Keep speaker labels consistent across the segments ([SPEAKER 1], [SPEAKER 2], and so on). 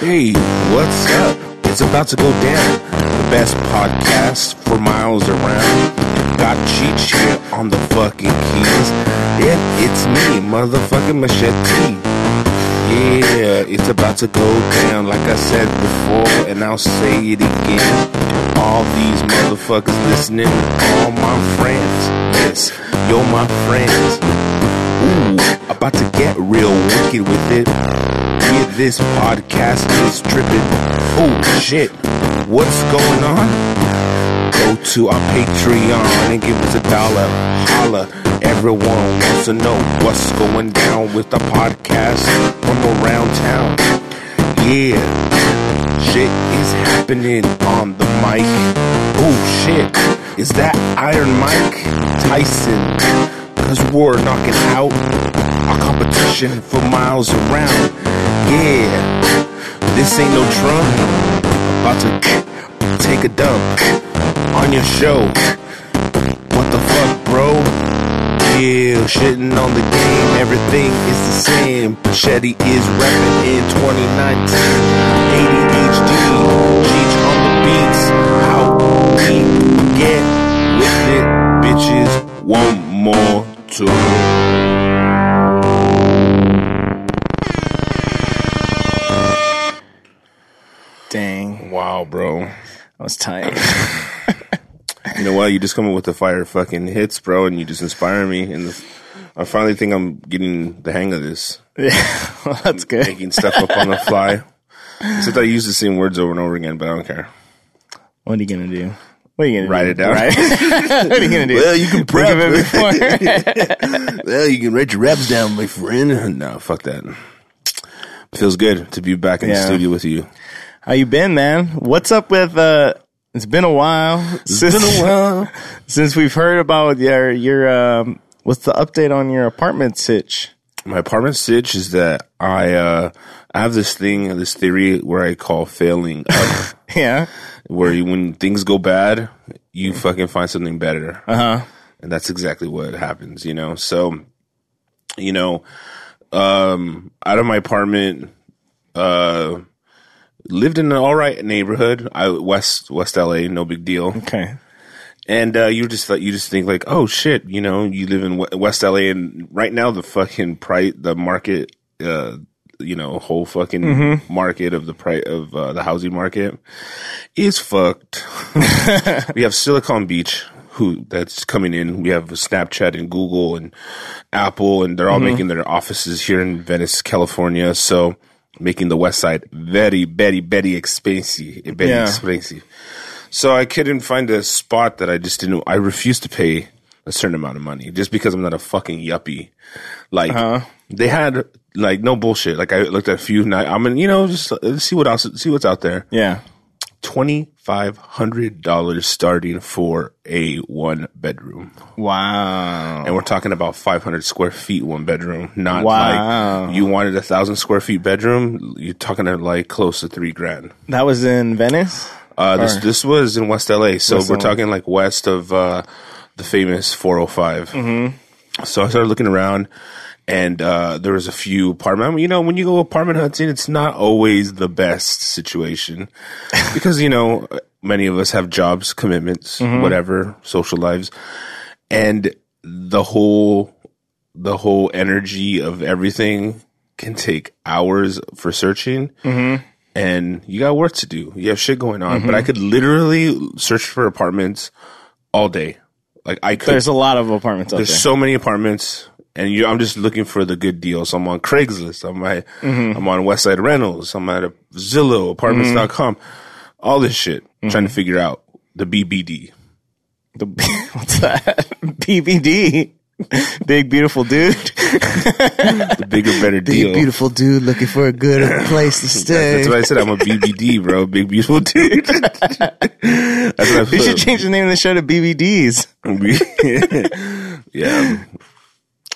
[SPEAKER 1] Hey, what's up? It's about to go down. The best podcast for miles around. Got cheat shit on the fucking keys. Yeah, it's me, motherfucking Machete. Yeah, it's about to go down like I said before, and I'll say it again. All these motherfuckers listening, all my friends. Yes, yo, my friends. Ooh, about to get real wicked with it. Yeah, this podcast is tripping. Oh shit, what's going on? go to our Patreon and give us a dollar. Holla. Everyone wants to know what's going down with the podcast from around town. Yeah, shit is happening on the mic. Oh shit, is that Iron Mike Tyson? Cause we're knocking out our competition for miles around. Yeah, this ain't no Trump. About to take a dump on your show. What the fuck, bro? Yeah, shitting on the game. Everything is the same. Machete is rapping in 2019. ADHD, Cheech on the beats. How we get with it, bitches. One more two.
[SPEAKER 2] Dang,
[SPEAKER 1] Wow, bro.
[SPEAKER 2] that was tight.
[SPEAKER 1] You know what? You just come up with the fire fucking hits, bro, and you just inspire me. And the, I finally think I'm getting the hang of this,
[SPEAKER 2] yeah, well, that's good.
[SPEAKER 1] making stuff up on the fly. Except I use the same words over and over again, but I don't care.
[SPEAKER 2] What are you gonna do? What are you gonna
[SPEAKER 1] Write
[SPEAKER 2] do?
[SPEAKER 1] it down.
[SPEAKER 2] Right? what are you gonna do?
[SPEAKER 1] Well, you can
[SPEAKER 2] Think of
[SPEAKER 1] prep.
[SPEAKER 2] it before.
[SPEAKER 1] Well, you can write your raps down, my friend. No, fuck that. Feels good to be back in the
[SPEAKER 2] Yeah.
[SPEAKER 1] studio with you.
[SPEAKER 2] How you been, man? What's up with? uh It's been a while. since,
[SPEAKER 1] while.
[SPEAKER 2] since we've heard about your your. um What's the update on your apartment sitch?
[SPEAKER 1] my apartment sitch is that I uh, I have this thing, this theory where I call failing up.
[SPEAKER 2] Yeah,
[SPEAKER 1] where you, when things go bad, you fucking find something better.
[SPEAKER 2] Uh-huh.
[SPEAKER 1] Uh huh. And that's exactly what happens, you know? So, you know, um, out of my apartment, uh, lived in an all right neighborhood, I, West, West LA, no big deal.
[SPEAKER 2] okay,
[SPEAKER 1] And, uh, you just, thought- you just think like, oh shit, you know, you live in we- West LA and right now the fucking price, the market, uh, you know, whole fucking market of the price of uh, the housing market is fucked. we have Silicon Beach, who that's coming in. We have Snapchat and Google and Apple, and they're all making their offices here in Venice, California. So making the West Side very, very, very expensive. Very
[SPEAKER 2] Yeah.
[SPEAKER 1] expensive. So I couldn't find a spot that I just didn't. I refused to pay a certain amount of money just because I'm not a fucking yuppie. Like they had like no bullshit. Like I looked at a few. Night, I'm in, you know, just uh, see what else, see what's out there
[SPEAKER 2] yeah,
[SPEAKER 1] twenty five hundred dollars starting for a one bedroom,
[SPEAKER 2] wow,
[SPEAKER 1] and we're talking about five hundred square feet one bedroom. Not
[SPEAKER 2] Wow.
[SPEAKER 1] like you wanted a thousand square feet bedroom. You're talking at like close to three grand.
[SPEAKER 2] that was in Venice.
[SPEAKER 1] Uh, this
[SPEAKER 2] Alright.
[SPEAKER 1] this was in West LA, so
[SPEAKER 2] West
[SPEAKER 1] we're
[SPEAKER 2] LA.
[SPEAKER 1] talking like west of uh, the famous 405. Mm-hmm. So I started looking around, and uh, there was a few apartment. You know, when you go apartment hunting, it's not always the best situation because you know many of us have jobs, commitments,
[SPEAKER 2] Mm-hmm.
[SPEAKER 1] whatever, social lives, and the whole the whole energy of everything can take hours for searching and you got work to do. You have shit going on. But I could literally search for apartments all day. Like I could.
[SPEAKER 2] There's
[SPEAKER 1] There's,
[SPEAKER 2] a lot of apartments out there.
[SPEAKER 1] so many apartments, and you, I'm just looking for the good deals. I'm on Craigslist. I'm at, I'm on Westside Rentals. I'm at a Zillow, Apartments.com. All this shit, trying to figure out the BBD.
[SPEAKER 2] The, what's that? BBD. Big beautiful dude.
[SPEAKER 1] The bigger, better deal.
[SPEAKER 2] beautiful dude looking for a good place to stay.
[SPEAKER 1] That's what I said. I'm a BBD, bro. Big beautiful dude. That's what I
[SPEAKER 2] You should
[SPEAKER 1] put.
[SPEAKER 2] change the name of the show to BBDs.
[SPEAKER 1] yeah.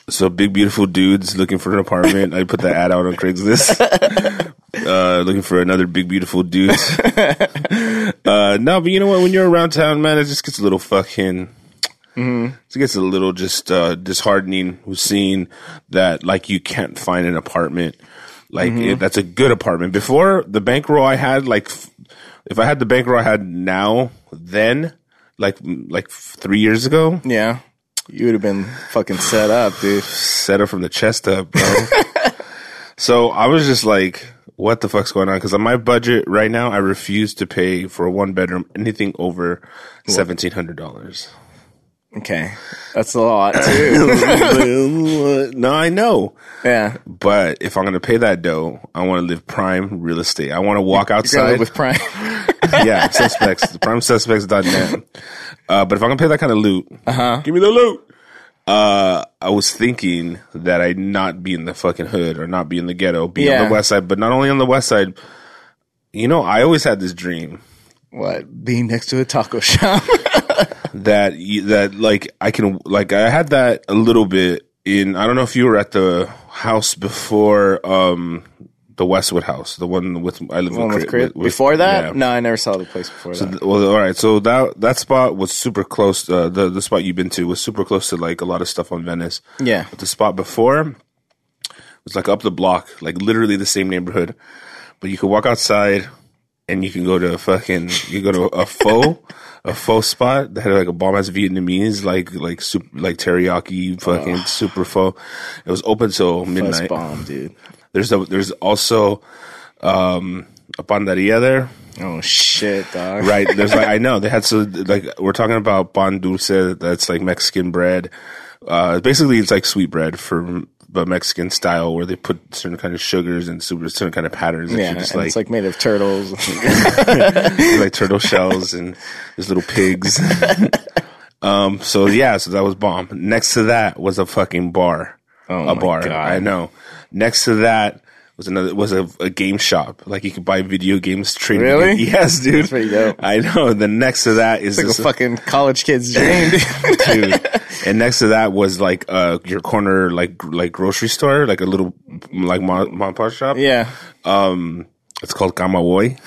[SPEAKER 1] So big beautiful dudes looking for an apartment. I put that ad out on Craigslist. Uh, looking for another big beautiful dude. uh, no, but you know what? When you're around town, man, it just gets a little fucking. It gets a little just uh, disheartening. Seeing that, like, you can't find an apartment Like it, that's a good apartment. Before the bankroll I had, like f- if I had the bankroll I had now, then like like three years ago,
[SPEAKER 2] Yeah. You would have been fucking set up, dude.
[SPEAKER 1] set up from the chest up, bro. so I was just like, what the fuck's going on? Because on my budget right now, I refuse to pay for a one bedroom anything over seventeen hundred dollars.
[SPEAKER 2] Okay. That's a lot, too.
[SPEAKER 1] No, I know,
[SPEAKER 2] yeah.
[SPEAKER 1] but if I'm gonna pay that dough, I want to live prime real estate. I want to walk
[SPEAKER 2] Grab it
[SPEAKER 1] outside.
[SPEAKER 2] with Prime.
[SPEAKER 1] yeah, suspects. Primesuspects.net. Uh, but if I'm gonna pay that kind of loot, uh-huh. give me the loot. Uh, I was thinking that I'd not be in the fucking hood or not be in the ghetto, be on
[SPEAKER 2] Yeah.
[SPEAKER 1] the west side. But not only on the west side, you know, I always had this dream
[SPEAKER 2] what? Being next to a taco shop.
[SPEAKER 1] that you, that like I can like I had that a little bit in. I don't know if you were at the house before. um the Westwood house, the one with I live
[SPEAKER 2] One with
[SPEAKER 1] Chris-
[SPEAKER 2] Chris. Before that?
[SPEAKER 1] yeah.
[SPEAKER 2] No, I never saw the place before that.
[SPEAKER 1] Well, all right. So that that spot was super close. Uh, the the spot you've been to was super close to like a lot of stuff on Venice.
[SPEAKER 2] Yeah.
[SPEAKER 1] But the spot before was like up the block, like literally the same neighborhood. But you could walk outside and you can go to a fucking you go to a faux a faux spot that had like a bomb ass Vietnamese like like super like teriyaki fucking super faux. It was open till
[SPEAKER 2] That's
[SPEAKER 1] midnight.
[SPEAKER 2] bomb, dude.
[SPEAKER 1] There's a, there's also um, a pandaria there.
[SPEAKER 2] Oh, shit, dog.
[SPEAKER 1] Right. There's like I know they had so like we're talking about pan dulce. That's like Mexican bread. Uh, basically, it's like sweet bread for but Mexican style, where they put certain kind of sugars and super certain kind of patterns.
[SPEAKER 2] Yeah,
[SPEAKER 1] and you just
[SPEAKER 2] and
[SPEAKER 1] like
[SPEAKER 2] it's like made of turtles.
[SPEAKER 1] like turtle shells and there's little pigs. um, so yeah, so that was bomb. Next to that was a fucking bar,
[SPEAKER 2] Oh
[SPEAKER 1] a
[SPEAKER 2] my
[SPEAKER 1] bar.
[SPEAKER 2] God.
[SPEAKER 1] I know. Next to that was another was a, a game shop. Like you could buy video games trading.
[SPEAKER 2] Really?
[SPEAKER 1] Yes, dude.
[SPEAKER 2] That's pretty dope.
[SPEAKER 1] I know. The next to that is
[SPEAKER 2] like a
[SPEAKER 1] this
[SPEAKER 2] fucking college kid's dream, dude.
[SPEAKER 1] dude. And next to that was like uh your corner like gr- like grocery store, like a little like mom, mom and pop shop.
[SPEAKER 2] Yeah.
[SPEAKER 1] It's called Kamawoy.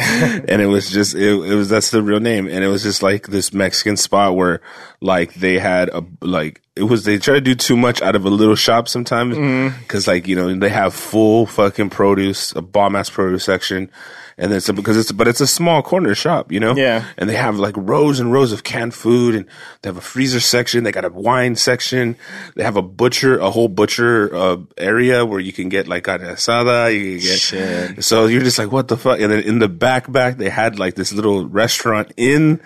[SPEAKER 1] and it was just it, it was that's the real name and it was just like this Mexican spot where like they had a like it was they try to do too much out of a little shop sometimes because like you know they have full fucking produce a bomb ass produce section and then it's because it's but it's a small corner shop you know
[SPEAKER 2] Yeah.
[SPEAKER 1] and they have like rows and rows of canned food and they have a freezer section they got a wine section they have a butcher a whole butcher uh, area where you can get like carne asada you can get
[SPEAKER 2] Shit.
[SPEAKER 1] so you're just like what the fuck and then in the back back they had like this little restaurant in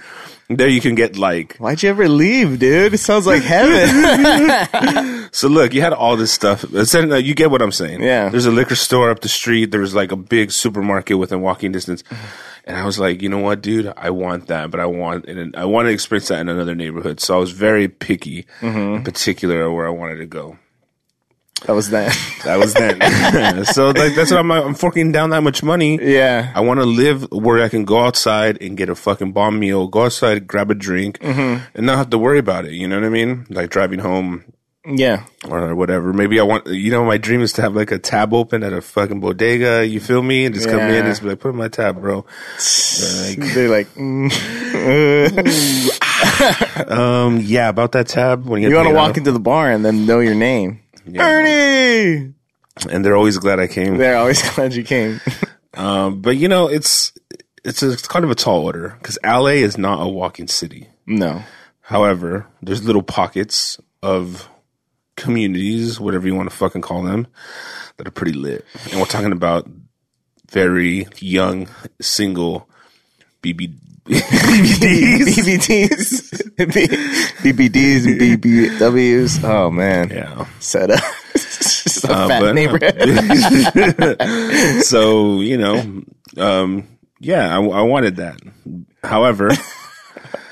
[SPEAKER 1] there you can get like
[SPEAKER 2] Why'd you ever leave, dude? It sounds like heaven.
[SPEAKER 1] so look you had all this stuff It's- uh, you get what i'm saying
[SPEAKER 2] Yeah.
[SPEAKER 1] there's a liquor store up the street there was like a big supermarket within walking distance and i was like you know what dude i want that but i want and i want to experience that in another neighborhood so i was very picky in particular where i wanted to go
[SPEAKER 2] that was that.
[SPEAKER 1] that was then so like that's what i'm i'm forking down that much money
[SPEAKER 2] Yeah.
[SPEAKER 1] I want to live where I can go outside and get a fucking bomb meal, go outside, grab a drink,
[SPEAKER 2] Mm-hmm.
[SPEAKER 1] and not have to worry about it. You know what I mean? Like driving home
[SPEAKER 2] Yeah.
[SPEAKER 1] or whatever. Maybe I want, you know, my dream is to have like a tab open at a fucking bodega. You feel me? And just come in and
[SPEAKER 2] Yeah.
[SPEAKER 1] just be like, put in my tab, bro. Like,
[SPEAKER 2] They're like, mm,
[SPEAKER 1] um, yeah, about that tab. When you,
[SPEAKER 2] you
[SPEAKER 1] get
[SPEAKER 2] want to
[SPEAKER 1] paid
[SPEAKER 2] walk
[SPEAKER 1] off.
[SPEAKER 2] into the bar and then know your name. Ernie!
[SPEAKER 1] and they're always glad I came.
[SPEAKER 2] They're always glad you came.
[SPEAKER 1] Um, but you know, it's it's, a, it's kind of a tall order because LA is not a walking city.
[SPEAKER 2] no.
[SPEAKER 1] However, there's little pockets of communities, whatever you want to fucking call them, that are pretty lit. And we're talking about very young, single BB, BBDs.
[SPEAKER 2] BBTs. B- BBDs and BBWs. Oh, man.
[SPEAKER 1] Yeah.
[SPEAKER 2] Set up. It's a
[SPEAKER 1] Uh,
[SPEAKER 2] fat
[SPEAKER 1] but-
[SPEAKER 2] neighborhood.
[SPEAKER 1] so, you know, um, yeah, I, I wanted that. However,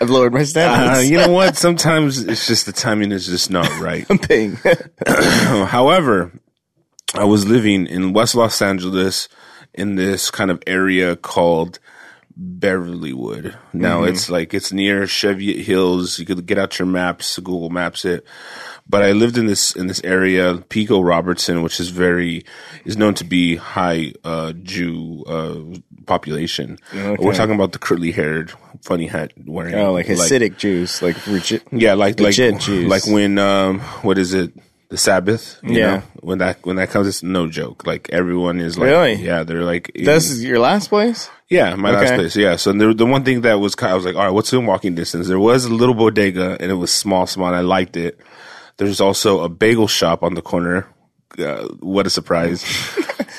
[SPEAKER 2] I've lowered my
[SPEAKER 1] uh,
[SPEAKER 2] standards.
[SPEAKER 1] you know what? Sometimes it's just the timing is just not right.
[SPEAKER 2] Ping.
[SPEAKER 1] However, I was living in West Los Angeles in this kind of area called Beverlywood. Now it's like it's near Cheviot Hills. You could get out your maps, Google Maps it. But I lived in this in this area, Pico Robertson, which is very is known to be high uh, Jew uh, population. We're talking about the curly haired, funny hat wearing,
[SPEAKER 2] oh, like Hasidic Jews. Like, legit.
[SPEAKER 1] yeah, like like
[SPEAKER 2] Legit Jews.
[SPEAKER 1] like when um what is it? the Sabbath. You
[SPEAKER 2] Yeah.
[SPEAKER 1] know? when that when that comes, it's no joke. Like everyone is like,
[SPEAKER 2] Really?
[SPEAKER 1] yeah, they're like, in-
[SPEAKER 2] This is your last place?
[SPEAKER 1] yeah, my last
[SPEAKER 2] Okay.
[SPEAKER 1] place. Yeah. So the, the one thing that was kind of, I was like, all right, what's in walking distance? There was a little bodega and it was small, small, and I liked it. There's also a bagel shop on the corner. Uh, what a surprise.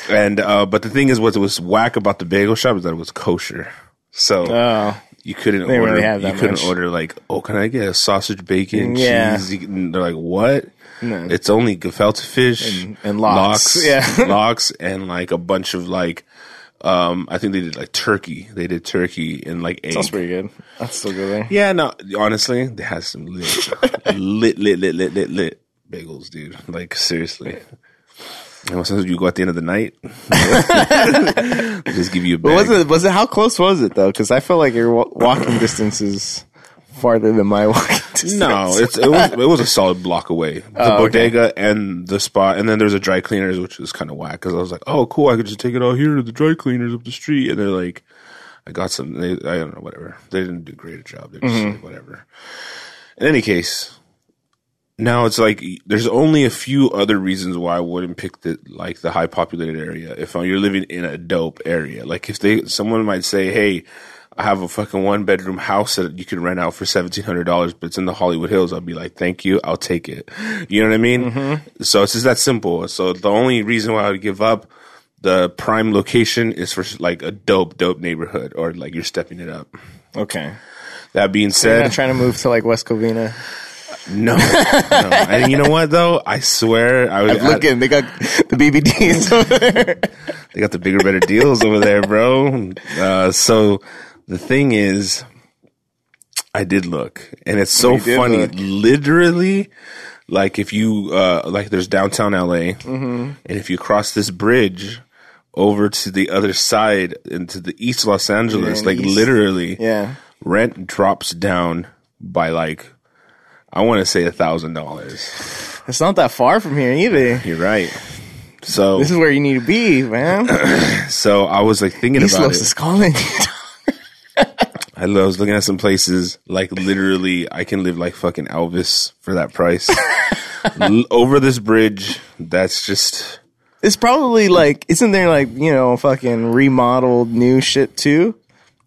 [SPEAKER 1] and, uh, but the thing is, what was whack about the bagel shop is that it was kosher. So
[SPEAKER 2] Oh.
[SPEAKER 1] you couldn't
[SPEAKER 2] They
[SPEAKER 1] order,
[SPEAKER 2] already have
[SPEAKER 1] you
[SPEAKER 2] that
[SPEAKER 1] couldn't
[SPEAKER 2] much.
[SPEAKER 1] order like, oh, can I get a sausage, bacon,
[SPEAKER 2] Yeah.
[SPEAKER 1] cheese? You can- They're like, what?
[SPEAKER 2] No.
[SPEAKER 1] It's only gefilte fish
[SPEAKER 2] And- and lox. Yeah.
[SPEAKER 1] locks and like a bunch of like um I think they did like turkey. They did turkey and like egg.
[SPEAKER 2] That's pretty good. That's still good eh? there.
[SPEAKER 1] yeah, no, honestly, they had some lit, lit, lit, lit, lit, lit, lit bagels, dude. Like seriously. You know, sometimes you go at the end of the night, they just give you a
[SPEAKER 2] But
[SPEAKER 1] bag.
[SPEAKER 2] was it was it how close was it though? Because I feel like your wa- walking distance is farther than my walking distance.
[SPEAKER 1] No, it's it was it was a solid block away. The
[SPEAKER 2] Oh, okay.
[SPEAKER 1] bodega and the spot, and then there's a dry cleaners, which was kind of whack because I was like, oh, cool, I could just take it out here to the dry cleaners up the street, and they're like, I got some. They, I don't know, whatever. They didn't do a great job. They're just
[SPEAKER 2] Mm-hmm.
[SPEAKER 1] like, whatever. In any case, now it's like there's only a few other reasons why I wouldn't pick the like the high populated area if uh, you're living in a dope area. Like if they someone might say, "Hey, I have a fucking one bedroom house that you can rent out for seventeen hundred dollars, but it's in the Hollywood Hills." I'd be like, "Thank you, I'll take it." You know what I mean? So it's just that simple. So the only reason why I would give up the prime location is for like a dope, dope neighborhood or like you're stepping it up.
[SPEAKER 2] okay.
[SPEAKER 1] That being
[SPEAKER 2] I'm
[SPEAKER 1] said,
[SPEAKER 2] trying to move to like West Covina.
[SPEAKER 1] no, no. And you know what though? I swear, I was I-
[SPEAKER 2] Looking, they got the BBDs over there.
[SPEAKER 1] They got the bigger, better deals over there, bro. Uh, so the thing is, I did look, and it's so
[SPEAKER 2] You did
[SPEAKER 1] funny.
[SPEAKER 2] look.
[SPEAKER 1] Literally, like if you uh, like, there's downtown LA,
[SPEAKER 2] Mm-hmm.
[SPEAKER 1] and if you cross this bridge over to the other side into the East Los Angeles,
[SPEAKER 2] Yeah,
[SPEAKER 1] like
[SPEAKER 2] east.
[SPEAKER 1] literally,
[SPEAKER 2] Yeah.
[SPEAKER 1] rent drops down by like. I want to say a thousand dollars.
[SPEAKER 2] It's not that far from here either.
[SPEAKER 1] You're right. So,
[SPEAKER 2] This is where you need to be, man.
[SPEAKER 1] so I was like thinking
[SPEAKER 2] East
[SPEAKER 1] about
[SPEAKER 2] Los
[SPEAKER 1] it.
[SPEAKER 2] is calling.
[SPEAKER 1] I lo- I was looking at some places like literally I can live like fucking Elvis for that price. L- over this bridge, that's just
[SPEAKER 2] it's probably like, isn't there like, you know, fucking remodeled new shit too?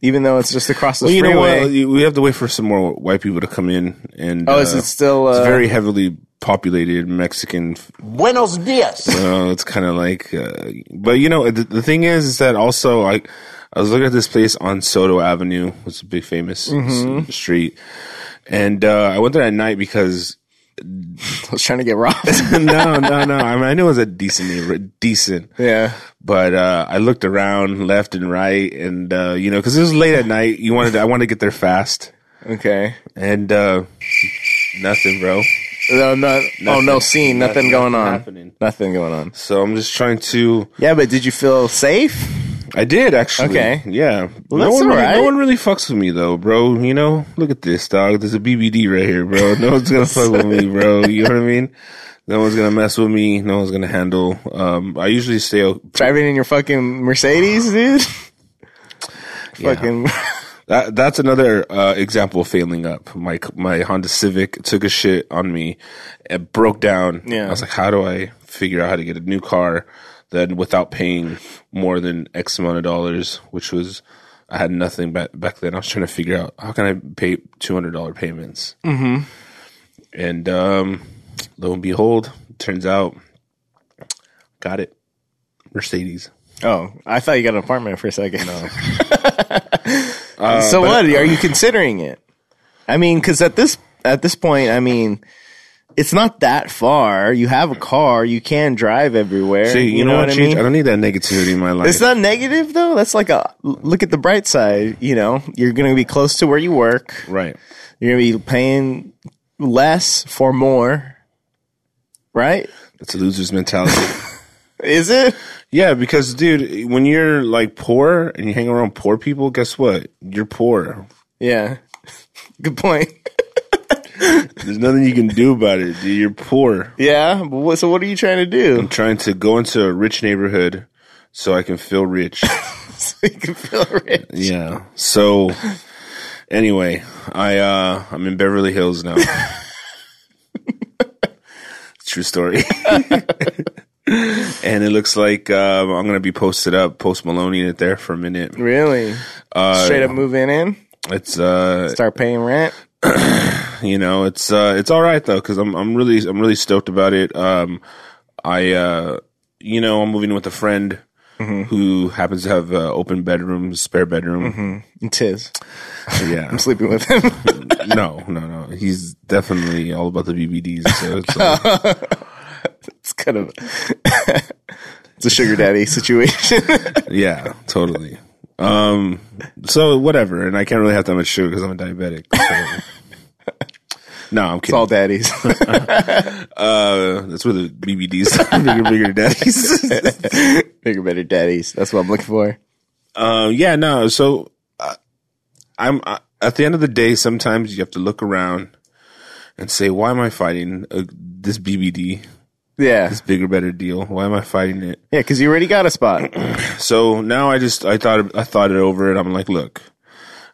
[SPEAKER 2] Even though it's just across the
[SPEAKER 1] you know
[SPEAKER 2] freeway.
[SPEAKER 1] what? You- We have to wait for some more white people to come in and
[SPEAKER 2] Oh, is it still,
[SPEAKER 1] it's
[SPEAKER 2] uh,
[SPEAKER 1] very heavily populated Mexican. f-
[SPEAKER 3] Buenos dias.
[SPEAKER 1] Uh, it's kind of like, uh, but you know the, the thing is, is that also I I was looking at this place on Soto Avenue, which is a big famous s-
[SPEAKER 2] Mm-hmm.
[SPEAKER 1] street, and uh, I went there at night because
[SPEAKER 2] I was trying to get robbed.
[SPEAKER 1] no, no, no. I mean, I knew it was a decent neighbor, decent.
[SPEAKER 2] yeah.
[SPEAKER 1] But uh, I looked around left and right, and uh, you know, because it was late at night. You wanted, I wanted to get there fast,
[SPEAKER 2] Okay.
[SPEAKER 1] and uh, nothing, bro.
[SPEAKER 2] No, no, oh, no
[SPEAKER 1] Nothing.
[SPEAKER 2] scene. Nothing,
[SPEAKER 1] Nothing
[SPEAKER 2] going on.
[SPEAKER 1] happening.
[SPEAKER 2] Nothing going on.
[SPEAKER 1] So I'm just trying to.
[SPEAKER 2] Yeah, but did you feel safe?
[SPEAKER 1] I did actually.
[SPEAKER 2] Okay.
[SPEAKER 1] Yeah. no
[SPEAKER 2] that's
[SPEAKER 1] one,
[SPEAKER 2] all
[SPEAKER 1] really,
[SPEAKER 2] right.
[SPEAKER 1] no one really fucks with me though, bro. You know, look at this dog. There's a BBD right here, bro. No one's gonna fuck with me, bro. You know what I mean? No one's gonna mess with me. No one's gonna handle. Um, I usually stay. o-
[SPEAKER 2] Driving in your fucking Mercedes, dude. Fucking.
[SPEAKER 1] That that's another uh, example of failing up. My my Honda Civic took a shit on me, it broke down.
[SPEAKER 2] Yeah.
[SPEAKER 1] I was like, how do I figure out how to get a new car then without paying more than X amount of dollars, which was I had nothing back back then. I was trying to figure out how can I pay two hundred dollar payments. Mm-hmm. And um, lo and behold, turns out, got it, Mercedes.
[SPEAKER 2] Oh, I thought you got an apartment for a second.
[SPEAKER 1] Uh,
[SPEAKER 2] so what are you considering it? I mean, because at this at this point, I mean, it's not that far. You have a car. You can drive everywhere.
[SPEAKER 1] See, you, know, what,
[SPEAKER 2] I
[SPEAKER 1] Cheech?
[SPEAKER 2] mean?
[SPEAKER 1] I don't need that negativity in my life.
[SPEAKER 2] It's not negative though. That's like a look at the bright side. You know, you're going to be close to where you work.
[SPEAKER 1] right.
[SPEAKER 2] You're going to be paying less for more. Right?
[SPEAKER 1] It's a loser's mentality.
[SPEAKER 2] Is it?
[SPEAKER 1] yeah, because dude, when you're like poor and you hang around poor people, guess what? You're poor.
[SPEAKER 2] Yeah. Good point.
[SPEAKER 1] There's nothing you can do about it. Dude. You're poor.
[SPEAKER 2] Yeah. But what, so what are you trying to do?
[SPEAKER 1] I'm trying to go into a rich neighborhood so I can feel rich.
[SPEAKER 2] so you can feel rich.
[SPEAKER 1] yeah. So anyway, I uh I'm in Beverly Hills now. true story. and it looks like um, I'm gonna be posted up, post Maloney in it there for a minute.
[SPEAKER 2] Really? Straight up moving in,
[SPEAKER 1] It's uh,
[SPEAKER 2] start paying rent.
[SPEAKER 1] you know, it's uh, it's all right though, because I'm I'm really I'm really stoked about it. Um, I uh, you know, I'm moving with a friend. Who happens to have uh, open bedrooms, spare bedroom?
[SPEAKER 2] Tis
[SPEAKER 1] Yeah,
[SPEAKER 2] sleeping with him.
[SPEAKER 1] no, no, no. He's definitely all about the BBDs. So it's like,
[SPEAKER 2] it's kind of it's a sugar daddy situation.
[SPEAKER 1] yeah, totally. Um, so whatever, and I can't really have that much sugar because I'm a diabetic. so- no, I'm
[SPEAKER 2] it's
[SPEAKER 1] kidding.
[SPEAKER 2] all daddies.
[SPEAKER 1] uh, that's where the BBDs, bigger, bigger daddies.
[SPEAKER 2] Bigger, better daddies. That's what I'm looking for.
[SPEAKER 1] um, yeah, no. So I, I'm I, at the end of the day. Sometimes you have to look around and say, "Why am I fighting uh, this BBD,
[SPEAKER 2] Yeah,
[SPEAKER 1] this bigger, better deal? Why am I fighting it?"
[SPEAKER 2] yeah, because you already got a spot.
[SPEAKER 1] So now I just I thought I thought it over and I'm like, look,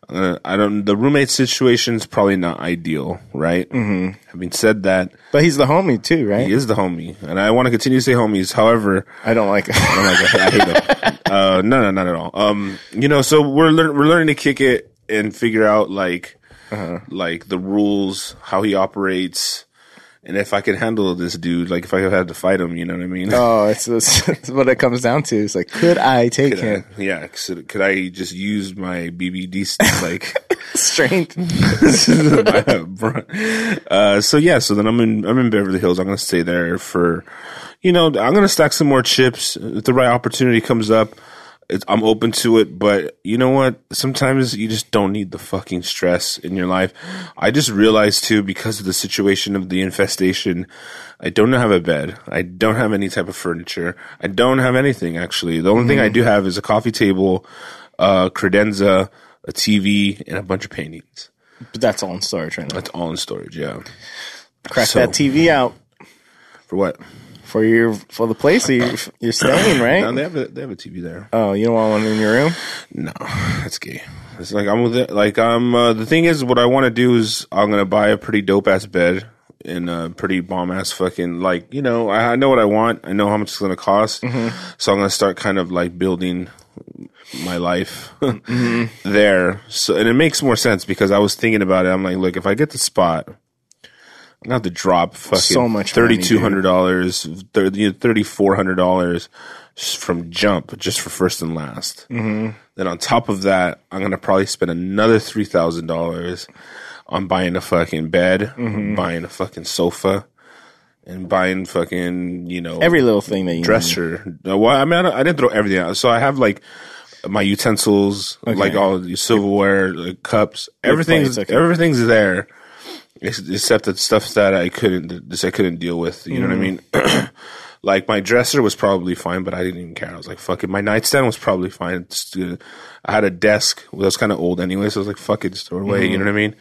[SPEAKER 1] uh, I don't. The roommate situation's probably not ideal, right? Mm-hmm. Having said that,
[SPEAKER 2] But he's the homie too, right?
[SPEAKER 1] he is the homie, and I want to continue to say homies. However,
[SPEAKER 2] I don't like.
[SPEAKER 1] I'm like, I hate him. Uh, no, no, not at all. Um, you know, so we're lear- we're learning to kick it and figure out like
[SPEAKER 2] Uh-huh.
[SPEAKER 1] like the rules, how he operates, and if I could handle this dude. Like if I had to fight him, you know what I mean?
[SPEAKER 2] oh, it's, it's, it's what it comes down to. It's like, could I take him?
[SPEAKER 1] yeah. Could, could I just use my BBD like?
[SPEAKER 2] Strength.
[SPEAKER 1] uh, so yeah, so then I'm in I'm in Beverly Hills. I'm gonna stay there for, you know, I'm gonna stack some more chips if the right opportunity comes up. It, I'm open to it, but you know what? Sometimes you just don't need the fucking stress in your life. I just realized too because of the situation of the infestation. I don't have a bed. I don't have any type of furniture. I don't have anything actually. The only thing I do have is a coffee table, uh, credenza, a TV, and a bunch of paintings.
[SPEAKER 2] But that's all in storage right now.
[SPEAKER 1] That's all in storage, yeah.
[SPEAKER 2] Crack
[SPEAKER 1] so-
[SPEAKER 2] that TV out
[SPEAKER 1] For what?
[SPEAKER 2] for your for the place that you're, you're staying,
[SPEAKER 1] No,
[SPEAKER 2] right?
[SPEAKER 1] they have a, they have a TV there.
[SPEAKER 2] Oh, you don't want one in your room?
[SPEAKER 1] Uh, No, that's gay. It's like I'm with it. Like I'm. Uh, the thing is, what I want to do is I'm gonna buy a pretty dope ass bed and a pretty bomb ass fucking like you know I, I know what I want. I know how much it's gonna cost. So I'm gonna start kind of like building my life
[SPEAKER 2] Mm-hmm.
[SPEAKER 1] there. So and it makes more sense because I was thinking about it. I'm like, look, if I get the spot. I'm gonna have to drop fucking
[SPEAKER 2] So much money,
[SPEAKER 1] thirty
[SPEAKER 2] dude.
[SPEAKER 1] two hundred dollars, thirty four hundred dollars from jump just for first and last.
[SPEAKER 2] Mm-hmm.
[SPEAKER 1] Then on top of that, I'm gonna probably spend another three thousand dollars on buying a fucking bed,
[SPEAKER 2] Mm-hmm.
[SPEAKER 1] buying a fucking sofa, and buying fucking you know
[SPEAKER 2] Every little thing that you
[SPEAKER 1] dresser. Uh, Well, I mean, I, don't- I didn't throw everything out, so I have like my utensils, like all the silverware, like cups, everything's
[SPEAKER 2] plates, okay.
[SPEAKER 1] everything's there, ex- except the stuff that I couldn't, this I couldn't deal with. You know
[SPEAKER 2] Mm.
[SPEAKER 1] what I mean? like my dresser was probably fine, but I didn't even care. I was like, "Fuck it." My nightstand was probably fine. It's good. I had a desk that was kind of old anyway, so I was like, "Fuck it, just throw it away." You know what I mean?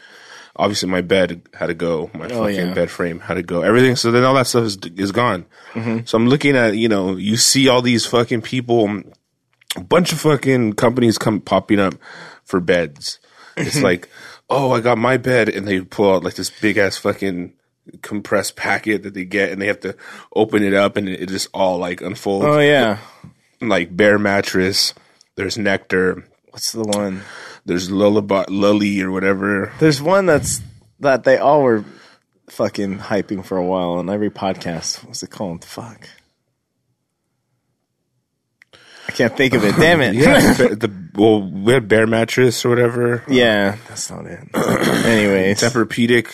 [SPEAKER 1] Obviously, my bed had to go. My fucking
[SPEAKER 2] yeah.
[SPEAKER 1] bed frame had to go. Everything. So then all that stuff is is gone. So I'm looking at you know you see all these fucking people, a bunch of fucking companies come popping up for beds. It's like, oh, I got my bed, and they pull out like this big ass fucking compressed packet that they get, and they have to open it up, and it it just all like unfolds,
[SPEAKER 2] Oh yeah.
[SPEAKER 1] like bare mattress. There's nectar.
[SPEAKER 2] What's the one?
[SPEAKER 1] There's lullaby, lully, or whatever.
[SPEAKER 2] There's one that's that they all were fucking hyping for a while on every podcast. What's it called? Fuck. I can't think of it. Damn it.
[SPEAKER 1] Yeah, the, the well, we had bare mattress or whatever.
[SPEAKER 2] Yeah, that's not it. Anyways,
[SPEAKER 1] Tempur-Pedic.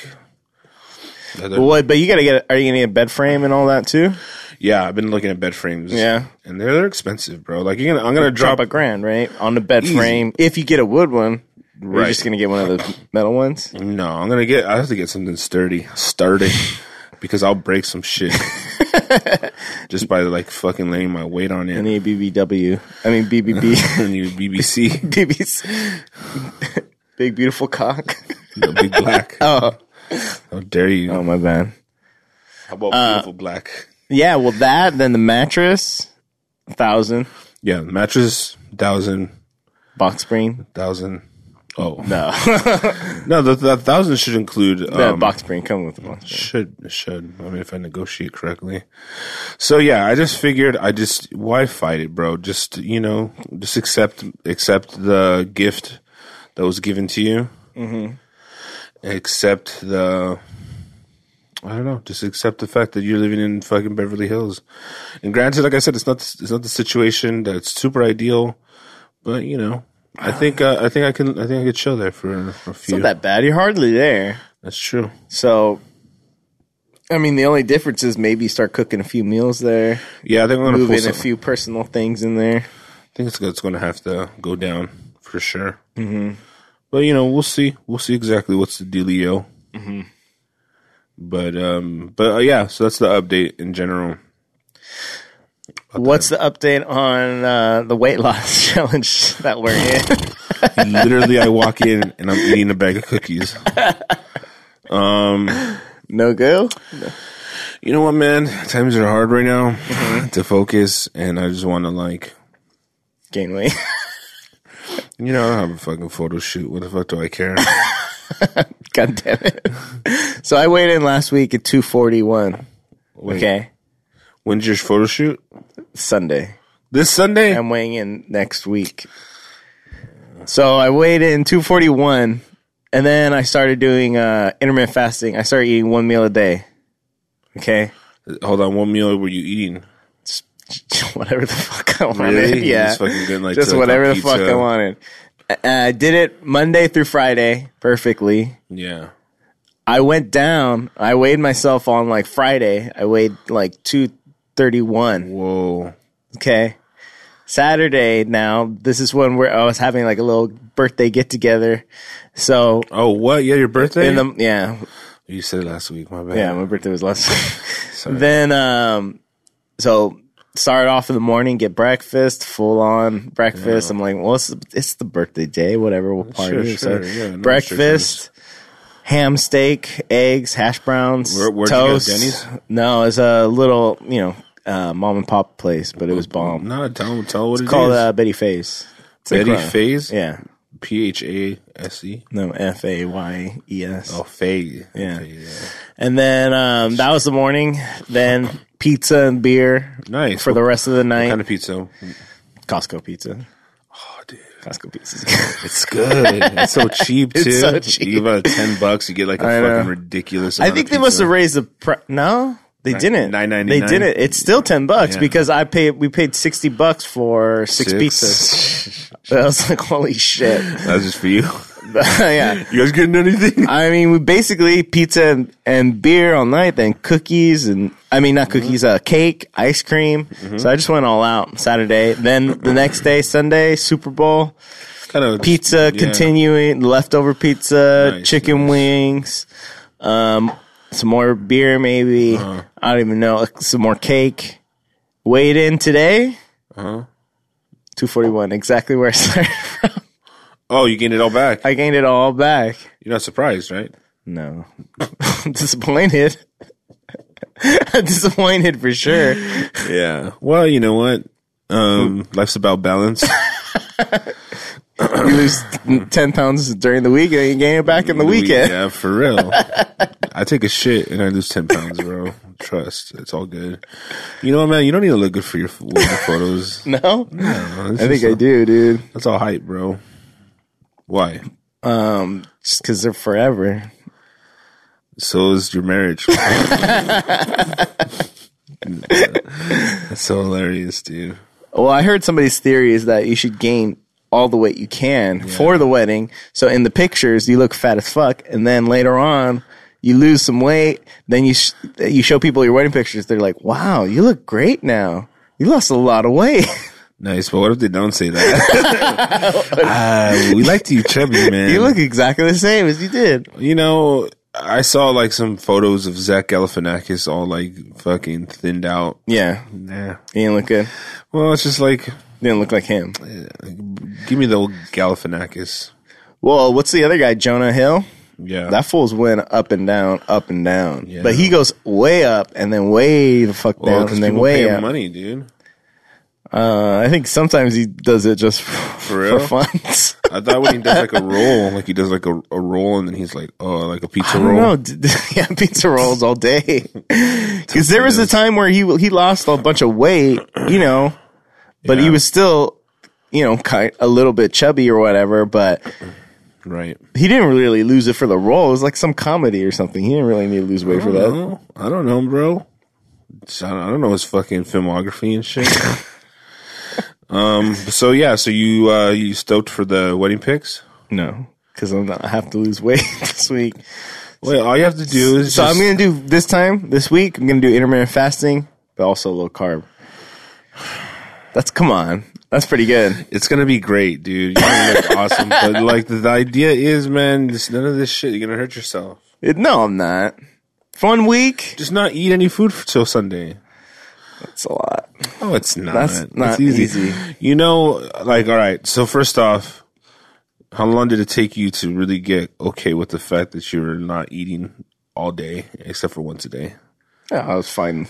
[SPEAKER 2] what? But you gotta get. Are you gonna get a bed frame and all that too?
[SPEAKER 1] Yeah, I've been looking at bed frames.
[SPEAKER 2] Yeah.
[SPEAKER 1] and they're, they're expensive, bro. Like you're gonna, I'm gonna
[SPEAKER 2] Drop
[SPEAKER 1] drop.
[SPEAKER 2] a grand, right, on the bed frame. If you get a wood one, you're
[SPEAKER 1] Right.
[SPEAKER 2] just gonna get one of those metal ones.
[SPEAKER 1] No, I'm gonna get. I have to get something sturdy, sturdy, because I'll break some shit just by like fucking laying my weight on
[SPEAKER 2] I
[SPEAKER 1] it.
[SPEAKER 2] need a BBW. I mean BBB.
[SPEAKER 1] And you BBC,
[SPEAKER 2] BB's big beautiful cock.
[SPEAKER 1] the big black.
[SPEAKER 2] Oh,
[SPEAKER 1] How dare you?
[SPEAKER 2] oh Uh, my bad.
[SPEAKER 1] How about beautiful black?
[SPEAKER 2] Yeah, well, that then the mattress, thousand
[SPEAKER 1] Yeah, mattress thousand,
[SPEAKER 2] box spring.
[SPEAKER 1] thousand. Oh
[SPEAKER 2] No,
[SPEAKER 1] no, the, the thousand should include
[SPEAKER 2] the
[SPEAKER 1] um,
[SPEAKER 2] box spring. Come with the box spring.
[SPEAKER 1] Should should I mean if I negotiate correctly? So yeah, I just figured I just why fight it, bro? Just you know, just accept accept the gift that was given to you. Mm-hmm. Accept the I don't know. Just accept the fact that you're living in fucking Beverly Hills. And granted, like I said, it's not it's not the situation that's super ideal, but you know. I think uh, I think I can I think I could chill there for, for a
[SPEAKER 2] It's
[SPEAKER 1] few.
[SPEAKER 2] not that bad. You're hardly there.
[SPEAKER 1] That's true.
[SPEAKER 2] So, I mean, the only difference is maybe start cooking a few meals there,
[SPEAKER 1] Yeah, I think I'm gonna
[SPEAKER 2] move
[SPEAKER 1] pull
[SPEAKER 2] in a
[SPEAKER 1] some-
[SPEAKER 2] few personal things in there.
[SPEAKER 1] I think it's, it's going to have to go down for sure. Mm-hmm. But you know, we'll see. We'll see exactly what's the dealio. Mm-hmm. But um, but uh, yeah, so that's the update in general.
[SPEAKER 2] What's the update on uh, the weight loss challenge that we're in?
[SPEAKER 1] Literally, I walk in and I'm eating a bag of cookies.
[SPEAKER 2] no go.
[SPEAKER 1] You know what, man? Times are hard right now
[SPEAKER 2] Mm-hmm.
[SPEAKER 1] to focus, and I just want to like,
[SPEAKER 2] Gain weight.
[SPEAKER 1] you know, I don't have a fucking photo shoot. What the fuck do I care?
[SPEAKER 2] God damn it. so I weighed in last week at 241.
[SPEAKER 1] Wait,
[SPEAKER 2] Okay.
[SPEAKER 1] When's your photo shoot?
[SPEAKER 2] Sunday.
[SPEAKER 1] This Sunday.
[SPEAKER 2] I'm weighing in next week. So I weighed in 241 and then I started doing uh, intermittent fasting. I started eating one meal a day. Okay.
[SPEAKER 1] Hold on, what meal were you eating?
[SPEAKER 2] whatever the fuck I wanted.
[SPEAKER 1] Really? You
[SPEAKER 2] Yeah,
[SPEAKER 1] just fucking didn't like
[SPEAKER 2] just
[SPEAKER 1] to, like,
[SPEAKER 2] whatever the
[SPEAKER 1] pizza.
[SPEAKER 2] fuck I wanted. I- I did it Monday through Friday perfectly.
[SPEAKER 1] Yeah.
[SPEAKER 2] I went down. I weighed myself on like Friday. I weighed like two thirty one.
[SPEAKER 1] Whoa.
[SPEAKER 2] Okay. Saturday now. This is when we're. I was having like a little birthday get together. So
[SPEAKER 1] Oh, what? Yeah, your birthday.
[SPEAKER 2] in the yeah
[SPEAKER 1] You said it last week, my bad.
[SPEAKER 2] yeah my birthday was last. then um so. Start off in the morning, get breakfast, full on breakfast. I'm like, well, it's, it's the birthday day, whatever, we'll party.
[SPEAKER 1] sure,
[SPEAKER 2] so
[SPEAKER 1] yeah, no
[SPEAKER 2] breakfast, ham steak, eggs, hash browns,
[SPEAKER 1] Where- where'd you go,
[SPEAKER 2] toast.
[SPEAKER 1] Denny's?
[SPEAKER 2] No, it's a little, you know, uh, mom and pop place, but it was bomb.
[SPEAKER 1] No, tell tell what it's
[SPEAKER 2] Call Um, uh, Betty Faze. It's a
[SPEAKER 1] Betty
[SPEAKER 2] crime.
[SPEAKER 1] Faze.
[SPEAKER 2] Yeah.
[SPEAKER 1] P H A S E.
[SPEAKER 2] No, F A Y E S.
[SPEAKER 1] Oh, Faye.
[SPEAKER 2] Yeah.
[SPEAKER 1] Faye, yeah.
[SPEAKER 2] And then um, that was the morning. Then pizza and beer
[SPEAKER 1] Nice.
[SPEAKER 2] for the rest of the night.
[SPEAKER 1] kind of pizza.
[SPEAKER 2] Costco pizza.
[SPEAKER 1] Oh, dude,
[SPEAKER 2] Costco pizza.
[SPEAKER 1] it's good. it's so cheap too.
[SPEAKER 2] It's so cheap.
[SPEAKER 1] You give about ten bucks, you get like a
[SPEAKER 2] I know.
[SPEAKER 1] fucking ridiculous.
[SPEAKER 2] I
[SPEAKER 1] amount
[SPEAKER 2] think
[SPEAKER 1] of
[SPEAKER 2] they must
[SPEAKER 1] pizza.
[SPEAKER 2] have raised the price. No, they didn't. They
[SPEAKER 1] $9.99.
[SPEAKER 2] didn't. It's still ten bucks
[SPEAKER 1] Yeah.
[SPEAKER 2] because I paid. We paid sixty bucks for six,
[SPEAKER 1] Six.
[SPEAKER 2] pizzas. I was like, holy shit.
[SPEAKER 1] That's just for you.
[SPEAKER 2] yeah.
[SPEAKER 1] You guys getting anything?
[SPEAKER 2] I mean, we basically pizza and, and beer all night, then cookies and I mean not cookies, uh, cake, ice cream. So I just went all out Saturday. Then the next day, Sunday, Super Bowl,
[SPEAKER 1] kind of
[SPEAKER 2] pizza
[SPEAKER 1] yeah.
[SPEAKER 2] continuing, leftover pizza,
[SPEAKER 1] Nice,
[SPEAKER 2] chicken
[SPEAKER 1] nice.
[SPEAKER 2] wings, um, some more beer maybe.
[SPEAKER 1] Uh-huh.
[SPEAKER 2] I don't even know. Some more cake. Weighed in today.
[SPEAKER 1] Uh-huh.
[SPEAKER 2] Two forty one, exactly where I started. from.
[SPEAKER 1] Oh, you gained it all back.
[SPEAKER 2] I gained it all back.
[SPEAKER 1] You're not surprised, right?
[SPEAKER 2] No. I'm disappointed. I'm disappointed for sure.
[SPEAKER 1] Yeah. Well, you know what? Um, life's about balance.
[SPEAKER 2] You lose 10 pounds during the week and you gain it back in the weekend.
[SPEAKER 1] Yeah, for real. I take a shit and I lose ten pounds, bro. Trust, it's all good. You know what, man? You don't need to look good for your f- wedding photos.
[SPEAKER 2] No?
[SPEAKER 1] I
[SPEAKER 2] I think I do, dude.
[SPEAKER 1] That's all hype, bro. Why?
[SPEAKER 2] Um, just because they're forever.
[SPEAKER 1] So is your marriage. That's so hilarious, dude.
[SPEAKER 2] Well, I heard somebody's theory is that you should gain all the weight you can for the wedding. So in the pictures, you look fat as fuck. And then later on, you lose some weight. Then you, sh- you show people your wedding pictures. They're like, wow, you look great now. You lost a lot of weight.
[SPEAKER 1] Nice, but what if they don't say that? uh, we like to eat chubby, man.
[SPEAKER 2] You look exactly the same as you did.
[SPEAKER 1] You know, I saw like some photos of Zach Galifianakis all like fucking thinned out.
[SPEAKER 2] Yeah,
[SPEAKER 1] Nah.
[SPEAKER 2] he didn't look good.
[SPEAKER 1] Well, it's just like
[SPEAKER 2] Didn't look like him.
[SPEAKER 1] Give me the old Galifianakis.
[SPEAKER 2] Well, what's the other guy? Jonah Hill.
[SPEAKER 1] Yeah.
[SPEAKER 2] That fool's went up and down, up and down. But he goes way up and then way the fuck down
[SPEAKER 1] well, because
[SPEAKER 2] and then
[SPEAKER 1] people
[SPEAKER 2] way
[SPEAKER 1] pay him
[SPEAKER 2] up.
[SPEAKER 1] money, dude.
[SPEAKER 2] Uh, I think sometimes he does it just for,
[SPEAKER 1] real?
[SPEAKER 2] fun.
[SPEAKER 1] I thought when he does like a roll, like he does like a, a roll, and then he's like, oh, like a pizza
[SPEAKER 2] I
[SPEAKER 1] roll.
[SPEAKER 2] don't know. D- d- yeah, pizza rolls all day. Because there was a time where he he lost a bunch of weight, you know, but he
[SPEAKER 1] Yeah.
[SPEAKER 2] was still, you know, kind a little bit chubby or whatever. But
[SPEAKER 1] Right.
[SPEAKER 2] he didn't really lose it for the role. It was like some comedy or something. He didn't really need to lose weight for
[SPEAKER 1] I
[SPEAKER 2] that.
[SPEAKER 1] don't know. I don't know, bro. It's- I don't I don't know his fucking filmography and shit. um. So yeah. So you uh you stoked for the wedding pics?
[SPEAKER 2] No, because I'm not. I have to lose weight this week.
[SPEAKER 1] Well, all you have to do is
[SPEAKER 2] So
[SPEAKER 1] just-
[SPEAKER 2] I'm gonna do this time this week. I'm gonna do intermittent fasting, but also low carb. That's come on. That's pretty good.
[SPEAKER 1] It's gonna be great, dude. You're gonna look awesome. But like the, the idea is, man, this, none of this shit. You're gonna hurt yourself.
[SPEAKER 2] It- no, I'm not. Fun week.
[SPEAKER 1] Just not eat any food till Sunday.
[SPEAKER 2] That's a lot.
[SPEAKER 1] Oh, it's not.
[SPEAKER 2] That's
[SPEAKER 1] It's
[SPEAKER 2] not easy.
[SPEAKER 1] You know, like all right. So first off, how long did it take you to really get okay with the fact that you're not eating all day except for once a day?
[SPEAKER 2] Yeah, I was fine.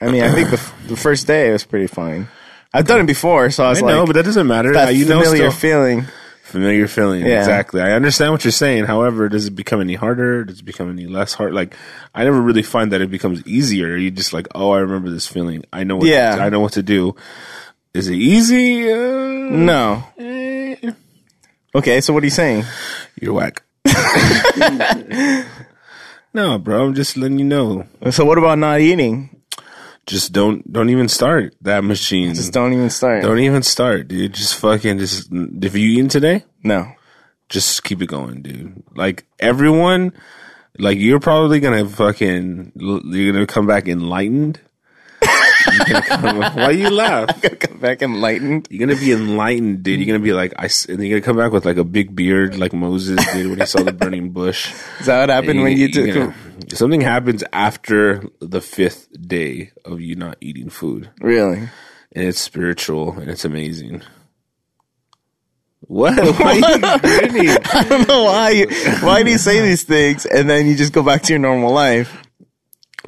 [SPEAKER 2] I mean, I think the, f- the first day I was pretty fine. I've done it before, so I was
[SPEAKER 1] I
[SPEAKER 2] like,
[SPEAKER 1] know, but that doesn't matter.
[SPEAKER 2] that
[SPEAKER 1] Uh, you know,
[SPEAKER 2] familiar
[SPEAKER 1] still,
[SPEAKER 2] feeling.
[SPEAKER 1] familiar feeling.
[SPEAKER 2] Yeah.
[SPEAKER 1] Exactly. I understand what you're saying. However, does it become any harder? Does it become any less hard? Like, I never really find that it becomes easier. You just like, oh, I remember this feeling. I know. What
[SPEAKER 2] Yeah.
[SPEAKER 1] I know what to do. Is it easy? Uh,
[SPEAKER 2] No.
[SPEAKER 1] eh.
[SPEAKER 2] Okay, so what are you saying?
[SPEAKER 1] You're whack. no, bro. I'm just letting you know.
[SPEAKER 2] So what about not eating?
[SPEAKER 1] Just don't don't even start that machine.
[SPEAKER 2] Just don't even start.
[SPEAKER 1] don't even start, dude. Just fucking just. If you eating today,
[SPEAKER 2] no.
[SPEAKER 1] just keep it going, dude. Like everyone, like you're probably gonna fucking you're gonna come back enlightened. You're gonna come- why you laugh?
[SPEAKER 2] Come back enlightened.
[SPEAKER 1] You're gonna be enlightened, dude. You're gonna be like I, s- and you're gonna come back with like a big beard, like Moses did when he saw the burning bush.
[SPEAKER 2] Is that what happened when you
[SPEAKER 1] You're
[SPEAKER 2] took?
[SPEAKER 1] gonna- something happens after the fifth day of you not eating food,
[SPEAKER 2] Really?
[SPEAKER 1] and it's spiritual and it's amazing. What? Why are you grinning?
[SPEAKER 2] I don't know why. You, why do you say these things and then you just go back to your normal life?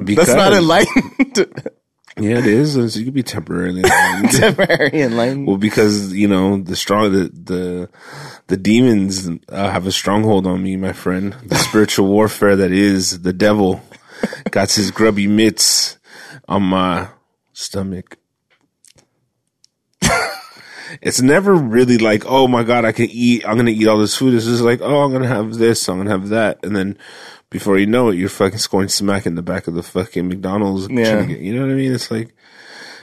[SPEAKER 1] Because,
[SPEAKER 2] That's not enlightened.
[SPEAKER 1] Yeah, it is. It's- You could be temporarily. enlightened.
[SPEAKER 2] Temporary enlightened.
[SPEAKER 1] well, because you know the strong the the, the demons uh, have a stronghold on me, my friend. The spiritual warfare that is the devil got his grubby mitts on my stomach. it's never really like, oh my god, I can eat. I'm gonna eat all this food. It's just like, oh, I'm gonna have this. I'm gonna have that, and then. Before you know it, you're fucking scoring smack in the back of the fucking McDonald's. trying to
[SPEAKER 2] Yeah.
[SPEAKER 1] get- you know what I mean? It's like,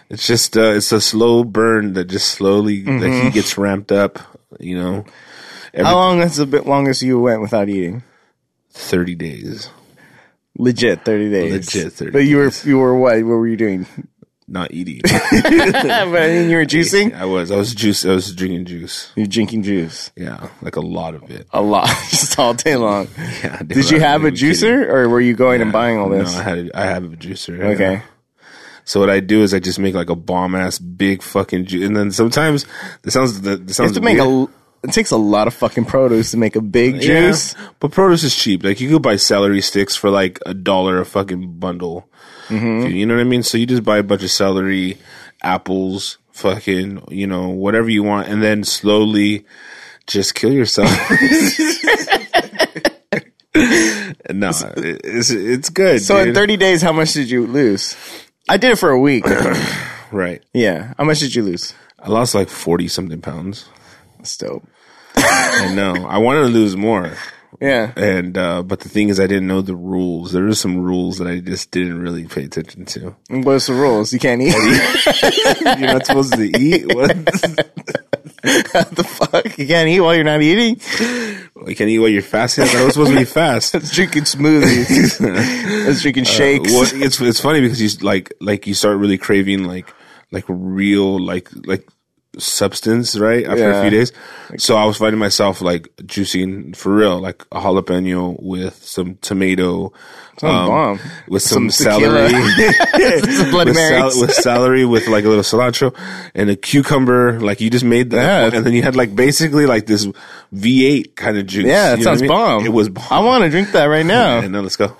[SPEAKER 1] it's just uh, it's a slow burn that just slowly like
[SPEAKER 2] Mm-hmm.
[SPEAKER 1] he gets ramped up. You know,
[SPEAKER 2] How long is the bit longest you went without eating?
[SPEAKER 1] thirty days
[SPEAKER 2] Legit, thirty days.
[SPEAKER 1] Legit 30
[SPEAKER 2] But you were you were what? What were you doing?
[SPEAKER 1] not eating.
[SPEAKER 2] but I mean, you were juicing.
[SPEAKER 1] I was I was juice. I was drinking juice.
[SPEAKER 2] You're drinking juice
[SPEAKER 1] Yeah, like a lot of it.
[SPEAKER 2] a lot, just all day long.
[SPEAKER 1] Yeah. dude,
[SPEAKER 2] Did you
[SPEAKER 1] I'm
[SPEAKER 2] have a
[SPEAKER 1] not even
[SPEAKER 2] juicer,
[SPEAKER 1] kidding.
[SPEAKER 2] or were you going and buying all this?
[SPEAKER 1] No, I had a, I have a juicer. yeah.
[SPEAKER 2] okay,
[SPEAKER 1] So what I do is I just make like a bomb ass big fucking juice, and then sometimes this sounds that that
[SPEAKER 2] you
[SPEAKER 1] sounds
[SPEAKER 2] have to make
[SPEAKER 1] weird.
[SPEAKER 2] a. It takes a lot of fucking produce to make a
[SPEAKER 1] Yeah.
[SPEAKER 2] big juice.
[SPEAKER 1] But produce is cheap. Like you could buy celery sticks for like a dollar a fucking bundle. If You
[SPEAKER 2] Mm-hmm.
[SPEAKER 1] you know what I mean? So you just buy a bunch of celery, apples, fucking, you know, whatever you want, and then slowly just kill yourself. no, it- it's it's good.
[SPEAKER 2] So in
[SPEAKER 1] dude.
[SPEAKER 2] thirty days, how much did you lose? I did it for a week.
[SPEAKER 1] right,
[SPEAKER 2] yeah, how much did you lose?
[SPEAKER 1] I lost like forty something pounds.
[SPEAKER 2] That's dope.
[SPEAKER 1] I know. I wanted to lose more.
[SPEAKER 2] Yeah,
[SPEAKER 1] And uh but the thing is I didn't know the rules. There were some rules that I just didn't really pay attention to.
[SPEAKER 2] And what's the rules? You can't eat. what
[SPEAKER 1] You're not supposed to eat. What?
[SPEAKER 2] the fuck? You can't eat while you're not eating.
[SPEAKER 1] You can't eat while you're fasting. I thought it was supposed to be fast.
[SPEAKER 2] It's drinking smoothies. Uh, it's drinking shakes.
[SPEAKER 1] Well, it's it's funny because you s- like like you start really craving like like real like like substance, right? After a
[SPEAKER 2] Yeah.
[SPEAKER 1] few days. So I was finding myself like juicing for real, like a jalapeno with some tomato, um,
[SPEAKER 2] bomb.
[SPEAKER 1] with some,
[SPEAKER 2] Some tequila.
[SPEAKER 1] celery,
[SPEAKER 2] Some Bloody
[SPEAKER 1] with, sal-
[SPEAKER 2] Marys.
[SPEAKER 1] with celery, with like a little cilantro and a cucumber. Like you just made that.
[SPEAKER 2] Yeah.
[SPEAKER 1] And then you had like basically like this V8 kind of juice.
[SPEAKER 2] yeah,
[SPEAKER 1] You know what
[SPEAKER 2] it
[SPEAKER 1] I
[SPEAKER 2] sounds
[SPEAKER 1] mean?
[SPEAKER 2] bomb. Oh.
[SPEAKER 1] It was
[SPEAKER 2] I
[SPEAKER 1] bomb.
[SPEAKER 2] want to drink that right now.
[SPEAKER 1] And then let's go.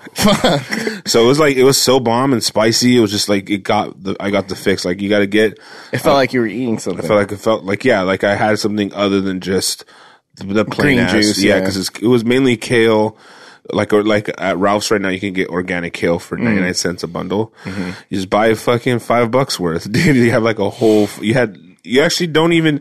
[SPEAKER 1] so it was like, it was so bomb and spicy. It was just like, it got the, I got the fix. Like you got to get,
[SPEAKER 2] It felt like you were eating something.
[SPEAKER 1] I felt like it felt like yeah, like I had something other than just the plain
[SPEAKER 2] Green
[SPEAKER 1] ass.
[SPEAKER 2] juice,
[SPEAKER 1] yeah,
[SPEAKER 2] yeah.
[SPEAKER 1] because it was mainly kale. Like or like at Ralph's right now, you can get organic kale
[SPEAKER 2] Mm.
[SPEAKER 1] for ninety nine cents a bundle.
[SPEAKER 2] Mm-hmm.
[SPEAKER 1] You just buy fucking five bucks worth, dude. You have like a whole. f- You had you actually don't even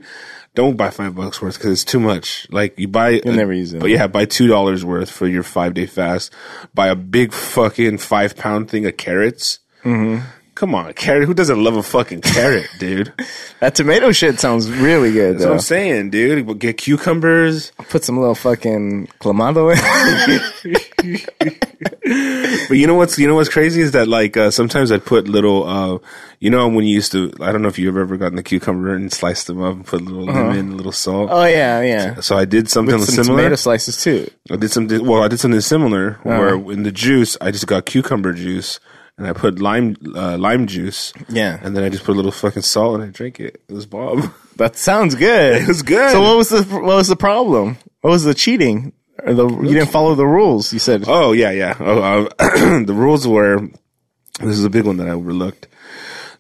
[SPEAKER 1] don't buy five bucks worth because it's too much. Like you buy
[SPEAKER 2] You'll never use it.
[SPEAKER 1] but yeah, buy two dollars worth for your five day fast. Buy a big fucking five pound thing of carrots.
[SPEAKER 2] Mm-hmm.
[SPEAKER 1] Come on, carrot. Who doesn't love a fucking carrot, dude?
[SPEAKER 2] that tomato shit sounds really good.
[SPEAKER 1] That's what
[SPEAKER 2] Though.
[SPEAKER 1] I'm saying, dude. We'll Get cucumbers.
[SPEAKER 2] Put some little fucking clamato in.
[SPEAKER 1] But you know what's you know what's crazy is that like uh, sometimes I put little uh you know when you used to I don't know if you've ever gotten the cucumber and sliced them up and put a little lemon, a little salt.
[SPEAKER 2] Uh-huh. oh yeah, yeah.
[SPEAKER 1] So I did something
[SPEAKER 2] Some
[SPEAKER 1] similar.
[SPEAKER 2] tomato Uh-huh. slices too.
[SPEAKER 1] I did something well, I did something similar where in the juice I just got cucumber juice and I put lime uh, lime juice.
[SPEAKER 2] Yeah.
[SPEAKER 1] And then I just put a little fucking salt and I drink it. It was bomb.
[SPEAKER 2] That sounds good.
[SPEAKER 1] It was good.
[SPEAKER 2] So what was the what was the problem? What was the cheating? Or the you didn't follow the rules? You said
[SPEAKER 1] Oh yeah, yeah. Oh, uh, the rules were. This is a big one that I overlooked.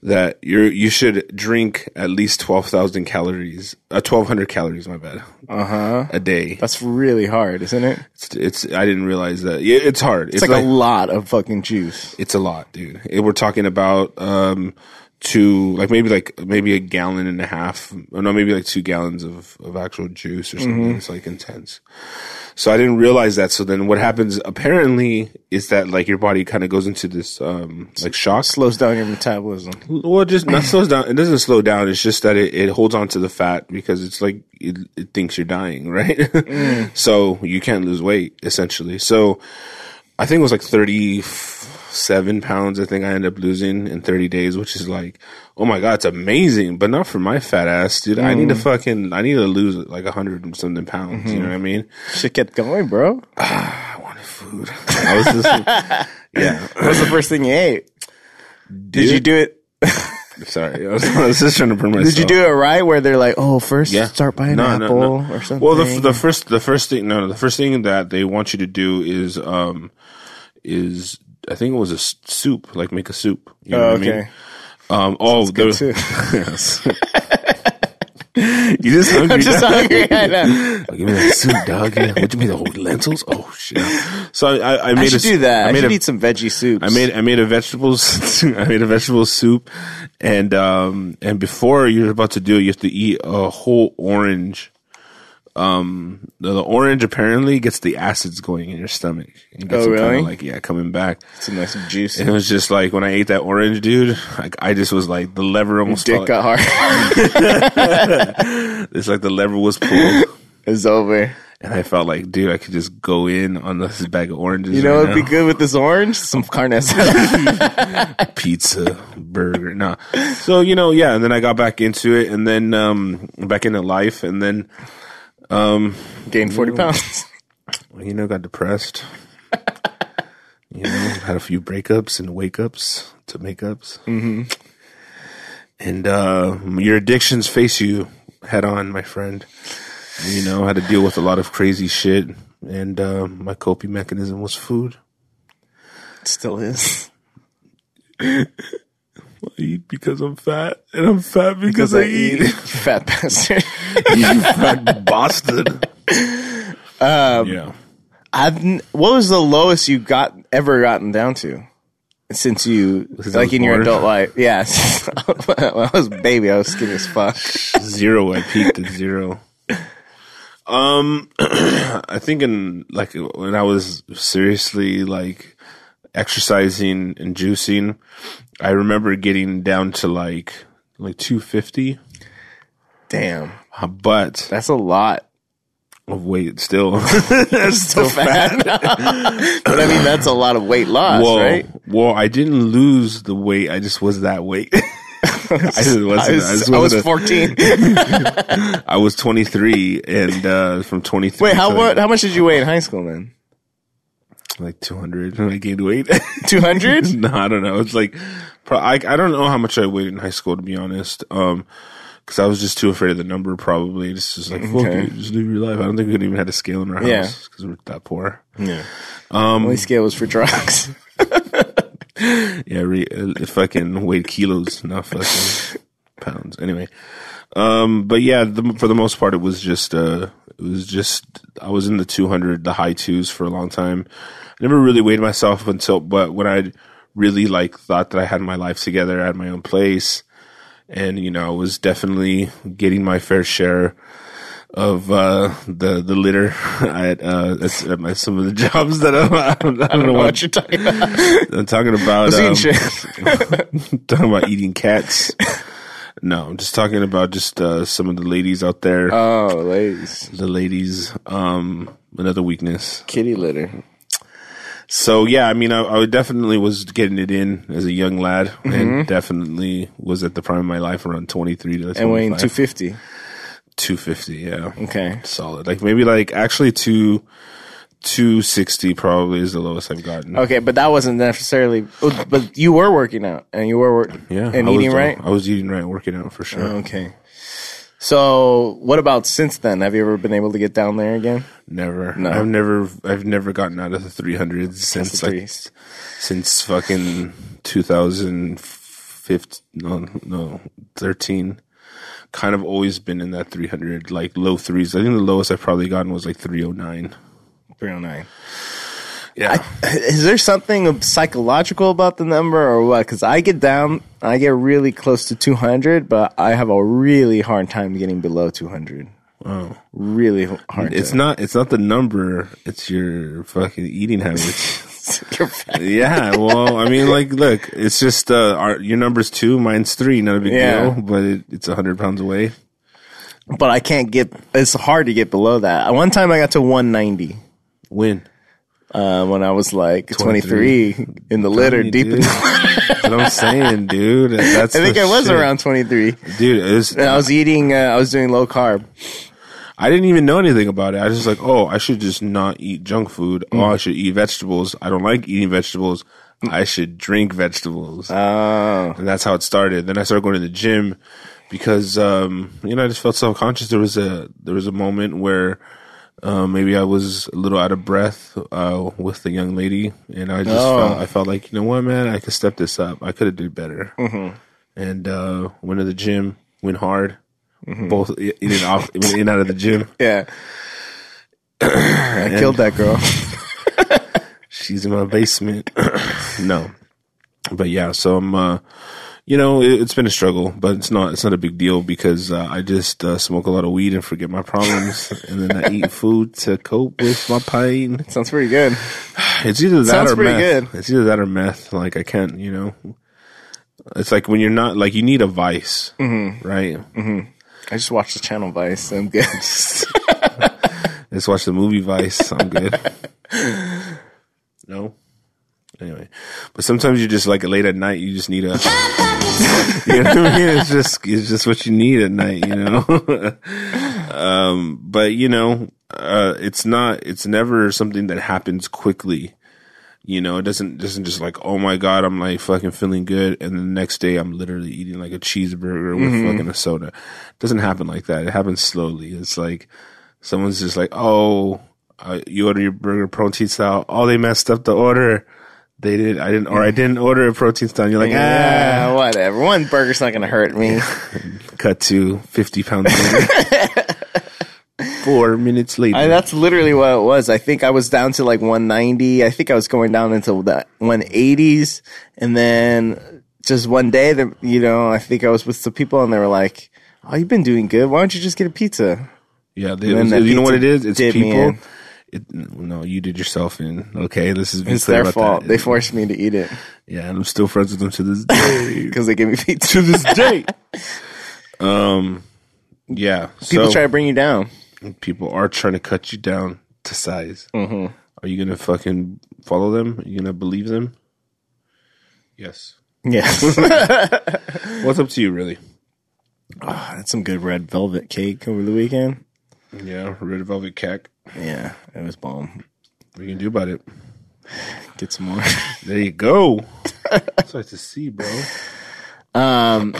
[SPEAKER 1] That you you should drink at least twelve thousand calories, uh, twelve hundred calories. My bad. Uh huh.
[SPEAKER 2] Uh-huh.
[SPEAKER 1] A day.
[SPEAKER 2] that's really hard, isn't it? It's,
[SPEAKER 1] It's, it's I didn't realize that. Yeah, it's hard. It's,
[SPEAKER 2] like, a lot of fucking juice.
[SPEAKER 1] it's a lot, dude. It- we're talking about um two like maybe like maybe a gallon and a half or no maybe like two gallons of of actual juice or something. It's like intense. So I didn't realize that. So then what happens apparently is that like your body kind of goes into this um like shock.
[SPEAKER 2] Slows down your metabolism.
[SPEAKER 1] Well, it just not slows down. It doesn't slow down. It's just that it, it holds on to the fat because it's like it, it thinks you're dying, right?
[SPEAKER 2] Mm.
[SPEAKER 1] So you can't lose weight essentially. So I think it was like 37 pounds. I think I ended up losing in 30 days, which is like, oh my god, it's amazing, but not for my fat ass, dude. I
[SPEAKER 2] Mm.
[SPEAKER 1] need to fucking, I need to lose like 100 and something pounds. You
[SPEAKER 2] Mm-hmm.
[SPEAKER 1] know what I mean?
[SPEAKER 2] Shit kept going, bro.
[SPEAKER 1] I wanted food. I was just, yeah.
[SPEAKER 2] What was the first thing you ate? Did you do it?
[SPEAKER 1] Sorry, I was, I was just trying to promote.
[SPEAKER 2] Did you do it right? Where they're like, oh, first start by an
[SPEAKER 1] No, no,
[SPEAKER 2] apple
[SPEAKER 1] no.
[SPEAKER 2] or something.
[SPEAKER 1] Well, the, the first the first thing no, no, the first thing that they want you to do is um is I think it was a s- soup, like make a soup. You know
[SPEAKER 2] Oh,
[SPEAKER 1] what I mean?
[SPEAKER 2] okay.
[SPEAKER 1] Um, oh, the,
[SPEAKER 2] too.
[SPEAKER 1] Yes. you just hungry.
[SPEAKER 2] I'm just
[SPEAKER 1] now?
[SPEAKER 2] hungry. I know.
[SPEAKER 1] Oh, give me that soup, dog. Yeah. What you made the whole lentils? Oh shit! So I, I, I made
[SPEAKER 2] I
[SPEAKER 1] a
[SPEAKER 2] should
[SPEAKER 1] s-
[SPEAKER 2] do that. I,
[SPEAKER 1] made
[SPEAKER 2] should
[SPEAKER 1] a-
[SPEAKER 2] eat some veggie soups.
[SPEAKER 1] I made I made a vegetables I made a vegetable soup, and um and before you're about to do it, you have to eat a whole orange. Um, the, the orange apparently gets the acids going in your stomach. It gets
[SPEAKER 2] Oh,
[SPEAKER 1] you kinda
[SPEAKER 2] really?
[SPEAKER 1] Like yeah, coming back.
[SPEAKER 2] some nice juice.
[SPEAKER 1] And it was just like when I ate that orange, dude. Like I just was like the lever almost felt-
[SPEAKER 2] Dick got hard.
[SPEAKER 1] It's like the lever was pulled,
[SPEAKER 2] it's over.
[SPEAKER 1] and I felt like, dude, I could just go in on this bag of oranges.
[SPEAKER 2] You know,
[SPEAKER 1] right
[SPEAKER 2] it'd be
[SPEAKER 1] now.
[SPEAKER 2] good with this orange, some carne asada.
[SPEAKER 1] pizza, burger. Nah. So, you know, yeah, and then I got back into it and then um back into life and then
[SPEAKER 2] Gained forty pounds.
[SPEAKER 1] you know, got depressed. you know, had a few breakups and wake ups to make ups. Mm-hmm. And uh your addictions face you head on, my friend. You know, had to deal with a lot of crazy shit. And uh, my coping mechanism was food.
[SPEAKER 2] Still is.
[SPEAKER 1] I eat because I'm fat, and I'm fat because, I, eat.
[SPEAKER 2] you fat bastard.
[SPEAKER 1] you fat bastard. Um, yeah.
[SPEAKER 2] I've, n- what was the lowest you got ever gotten down to since you
[SPEAKER 1] I
[SPEAKER 2] like
[SPEAKER 1] was
[SPEAKER 2] in your
[SPEAKER 1] born?
[SPEAKER 2] adult life? Yeah, when I was a baby, I was skinny as fuck.
[SPEAKER 1] zero. I peaked at zero. Um, I think in like when I was seriously like exercising and juicing, I remember getting down to like like two fifty,
[SPEAKER 2] Damn,
[SPEAKER 1] but
[SPEAKER 2] that's a lot.
[SPEAKER 1] of weight still.
[SPEAKER 2] Still fat, but I mean that's a lot of weight loss,
[SPEAKER 1] Whoa,
[SPEAKER 2] right?
[SPEAKER 1] whoa! I didn't lose the weight. I just was that weight. I just wasn't. I, just
[SPEAKER 2] I was
[SPEAKER 1] wasn't a-
[SPEAKER 2] 14.
[SPEAKER 1] I was 23 and uh, from 23.
[SPEAKER 2] Wait, how
[SPEAKER 1] to,
[SPEAKER 2] what? How much did you weigh in high school then?
[SPEAKER 1] Like 200. I gained weight.
[SPEAKER 2] 200?
[SPEAKER 1] no, I don't know. It's like, pro- I, I don't know how much I weighed in high school, to be honest. Um, cause I was just too afraid of the number, probably. It's just like, fuck
[SPEAKER 2] Okay.
[SPEAKER 1] it, just live your life. I don't think we even had a scale in our house
[SPEAKER 2] Yeah.
[SPEAKER 1] cause we're that poor.
[SPEAKER 2] yeah. Um, Only scale was for drugs.
[SPEAKER 1] Yeah, re- uh, fucking weighed kilos, not fucking pounds. Anyway, um, but yeah, the, for the most part, it was just uh, it was just I was in the two hundred, the high twos for a long time. I never really weighed myself until, but when I really like thought that I had my life together, I had my own place, and you know, I was definitely getting my fair share. Of uh, the the litter at, uh, at, at my, some of the jobs that I'm, I don't, I don't know what
[SPEAKER 2] what you're talking about?
[SPEAKER 1] I'm talking about.
[SPEAKER 2] Seeing
[SPEAKER 1] um,
[SPEAKER 2] shit.
[SPEAKER 1] talking about eating cats. No, I'm just talking about just uh, some of the ladies out there.
[SPEAKER 2] Oh, ladies.
[SPEAKER 1] the ladies, um, another weakness.
[SPEAKER 2] Kitty litter.
[SPEAKER 1] So yeah, I mean, I, I definitely was getting it in as a young lad,
[SPEAKER 2] Mm-hmm.
[SPEAKER 1] and definitely was at the prime of my life around 23 to 25,
[SPEAKER 2] And weighing Mm. 250.
[SPEAKER 1] 250. Yeah,
[SPEAKER 2] Okay.
[SPEAKER 1] solid. Like maybe like actually two. 260 probably is the lowest I've gotten.
[SPEAKER 2] Okay, but that wasn't necessarily. oh, But you were working out and you were work,
[SPEAKER 1] Yeah.
[SPEAKER 2] and
[SPEAKER 1] I was
[SPEAKER 2] eating
[SPEAKER 1] doing-
[SPEAKER 2] right.
[SPEAKER 1] I was eating right, working out for sure.
[SPEAKER 2] Okay. So, what about since then? Have you ever been able to get down there again?
[SPEAKER 1] Never. I've never I've never gotten out of the 300s since
[SPEAKER 2] three.
[SPEAKER 1] like since fucking 2015 no no 13 kind of always been in that 300 like low threes. I think the lowest I've probably gotten was like 309.
[SPEAKER 2] 309.
[SPEAKER 1] Yeah.
[SPEAKER 2] Is there something psychological about the number or what? Because I get down, I get really close to 200, but I have a really hard time getting below 200.
[SPEAKER 1] wow.
[SPEAKER 2] Really h- hard.
[SPEAKER 1] It's
[SPEAKER 2] to-
[SPEAKER 1] not it's not the number, it's your fucking eating habits.
[SPEAKER 2] You're fat.
[SPEAKER 1] yeah, well, I mean, like, look, it's just uh, our, your number's two, mine's three, not a big
[SPEAKER 2] Yeah.
[SPEAKER 1] deal, but it, it's hundred pounds away.
[SPEAKER 2] but I can't get. It's hard to get below that. One time I got to 190
[SPEAKER 1] Win.
[SPEAKER 2] uh, when I was like
[SPEAKER 1] 23.
[SPEAKER 2] 23, in the litter,
[SPEAKER 1] Hey,
[SPEAKER 2] deep. In
[SPEAKER 1] dude. That's what I'm saying, dude. That's
[SPEAKER 2] I think
[SPEAKER 1] the
[SPEAKER 2] I was
[SPEAKER 1] Oh, shit.
[SPEAKER 2] around 23.
[SPEAKER 1] dude. It was,
[SPEAKER 2] And I was eating. Uh, I was doing low carb.
[SPEAKER 1] I didn't even know anything about it. I was just like, oh, I should just not eat junk food. Oh,
[SPEAKER 2] Mm.
[SPEAKER 1] I should eat vegetables. I don't like eating vegetables. I should drink vegetables.
[SPEAKER 2] Oh,
[SPEAKER 1] and that's how it started. Then I started going to the gym because um, you know I just felt self conscious. There was a there was a moment where uh, maybe I was a little out of breath uh, with the young lady, and I just
[SPEAKER 2] Oh.
[SPEAKER 1] felt I felt like you know what, man, I could step this up. I could have did better.
[SPEAKER 2] Mm-hmm.
[SPEAKER 1] And uh, went to the gym, went hard.
[SPEAKER 2] Mm-hmm.
[SPEAKER 1] Both in and off, went in and out of the gym.
[SPEAKER 2] yeah. I killed that girl.
[SPEAKER 1] She's in my basement. no, but yeah. So I'm, uh, you know, it, it's been a struggle, but it's not. It's not a big deal because uh, I just uh, smoke a lot of weed and forget my problems, and then I eat food to cope with my pain.
[SPEAKER 2] Sounds pretty good.
[SPEAKER 1] It's either that
[SPEAKER 2] Sounds
[SPEAKER 1] or
[SPEAKER 2] pretty
[SPEAKER 1] meth.
[SPEAKER 2] good.
[SPEAKER 1] It's either that or meth. Like I can't, you know. It's like when you're not like you need a vice,
[SPEAKER 2] Mm-hmm.
[SPEAKER 1] right?
[SPEAKER 2] I just watched the channel Vice. I'm good.
[SPEAKER 1] Let's watch the movie Vice. I'm good. no. Anyway, but sometimes you just like late at night. You just need a. you know what I mean? It's just it's just what you need at night. You know. um, but you know, uh, it's not. It's never something that happens quickly. You know, it doesn't doesn't just like oh my god, I'm like fucking feeling good, and the next day I'm literally eating like a cheeseburger with fucking a soda. It doesn't happen like that. It happens slowly. It's like someone's just like, oh, uh, you order your burger protein style. Oh, they messed up the order. They did. I didn't, or I didn't order a protein style. And you're like, ah,
[SPEAKER 2] Yeah, whatever. One burger's not gonna hurt me.
[SPEAKER 1] cut to 50 pounds later. Four minutes later.
[SPEAKER 2] I, that's literally what it was. I think I was down to like 190. I think I was going down into the 180s, and then just one day, the, you know, I think I was with some people, and they were like, "Oh, you've been doing good. Why don't you just get a pizza?"
[SPEAKER 1] yeah. They,
[SPEAKER 2] then that
[SPEAKER 1] you know what it
[SPEAKER 2] pizza
[SPEAKER 1] is? It's
[SPEAKER 2] did me
[SPEAKER 1] people.
[SPEAKER 2] in.
[SPEAKER 1] It, no, you did yourself in. Okay. This is
[SPEAKER 2] It's their fault. They forced me to eat it
[SPEAKER 1] yeah. And I'm still friends with them to this day.
[SPEAKER 2] because they gave me pizza.
[SPEAKER 1] to this day. Um, yeah.
[SPEAKER 2] People
[SPEAKER 1] so,
[SPEAKER 2] try Mm-hmm. to bring you down.
[SPEAKER 1] people are trying to cut you down to size. Are you gonna fucking follow them? Are you gonna believe them? Yes.
[SPEAKER 2] Yes.
[SPEAKER 1] What's up to you, really?
[SPEAKER 2] I had Ah, some good red velvet cake over the weekend.
[SPEAKER 1] Yeah, red velvet cack.
[SPEAKER 2] Yeah, it was bomb.
[SPEAKER 1] What you can do about it?
[SPEAKER 2] Get some more.
[SPEAKER 1] There you go. That's what I to see, bro.
[SPEAKER 2] Um,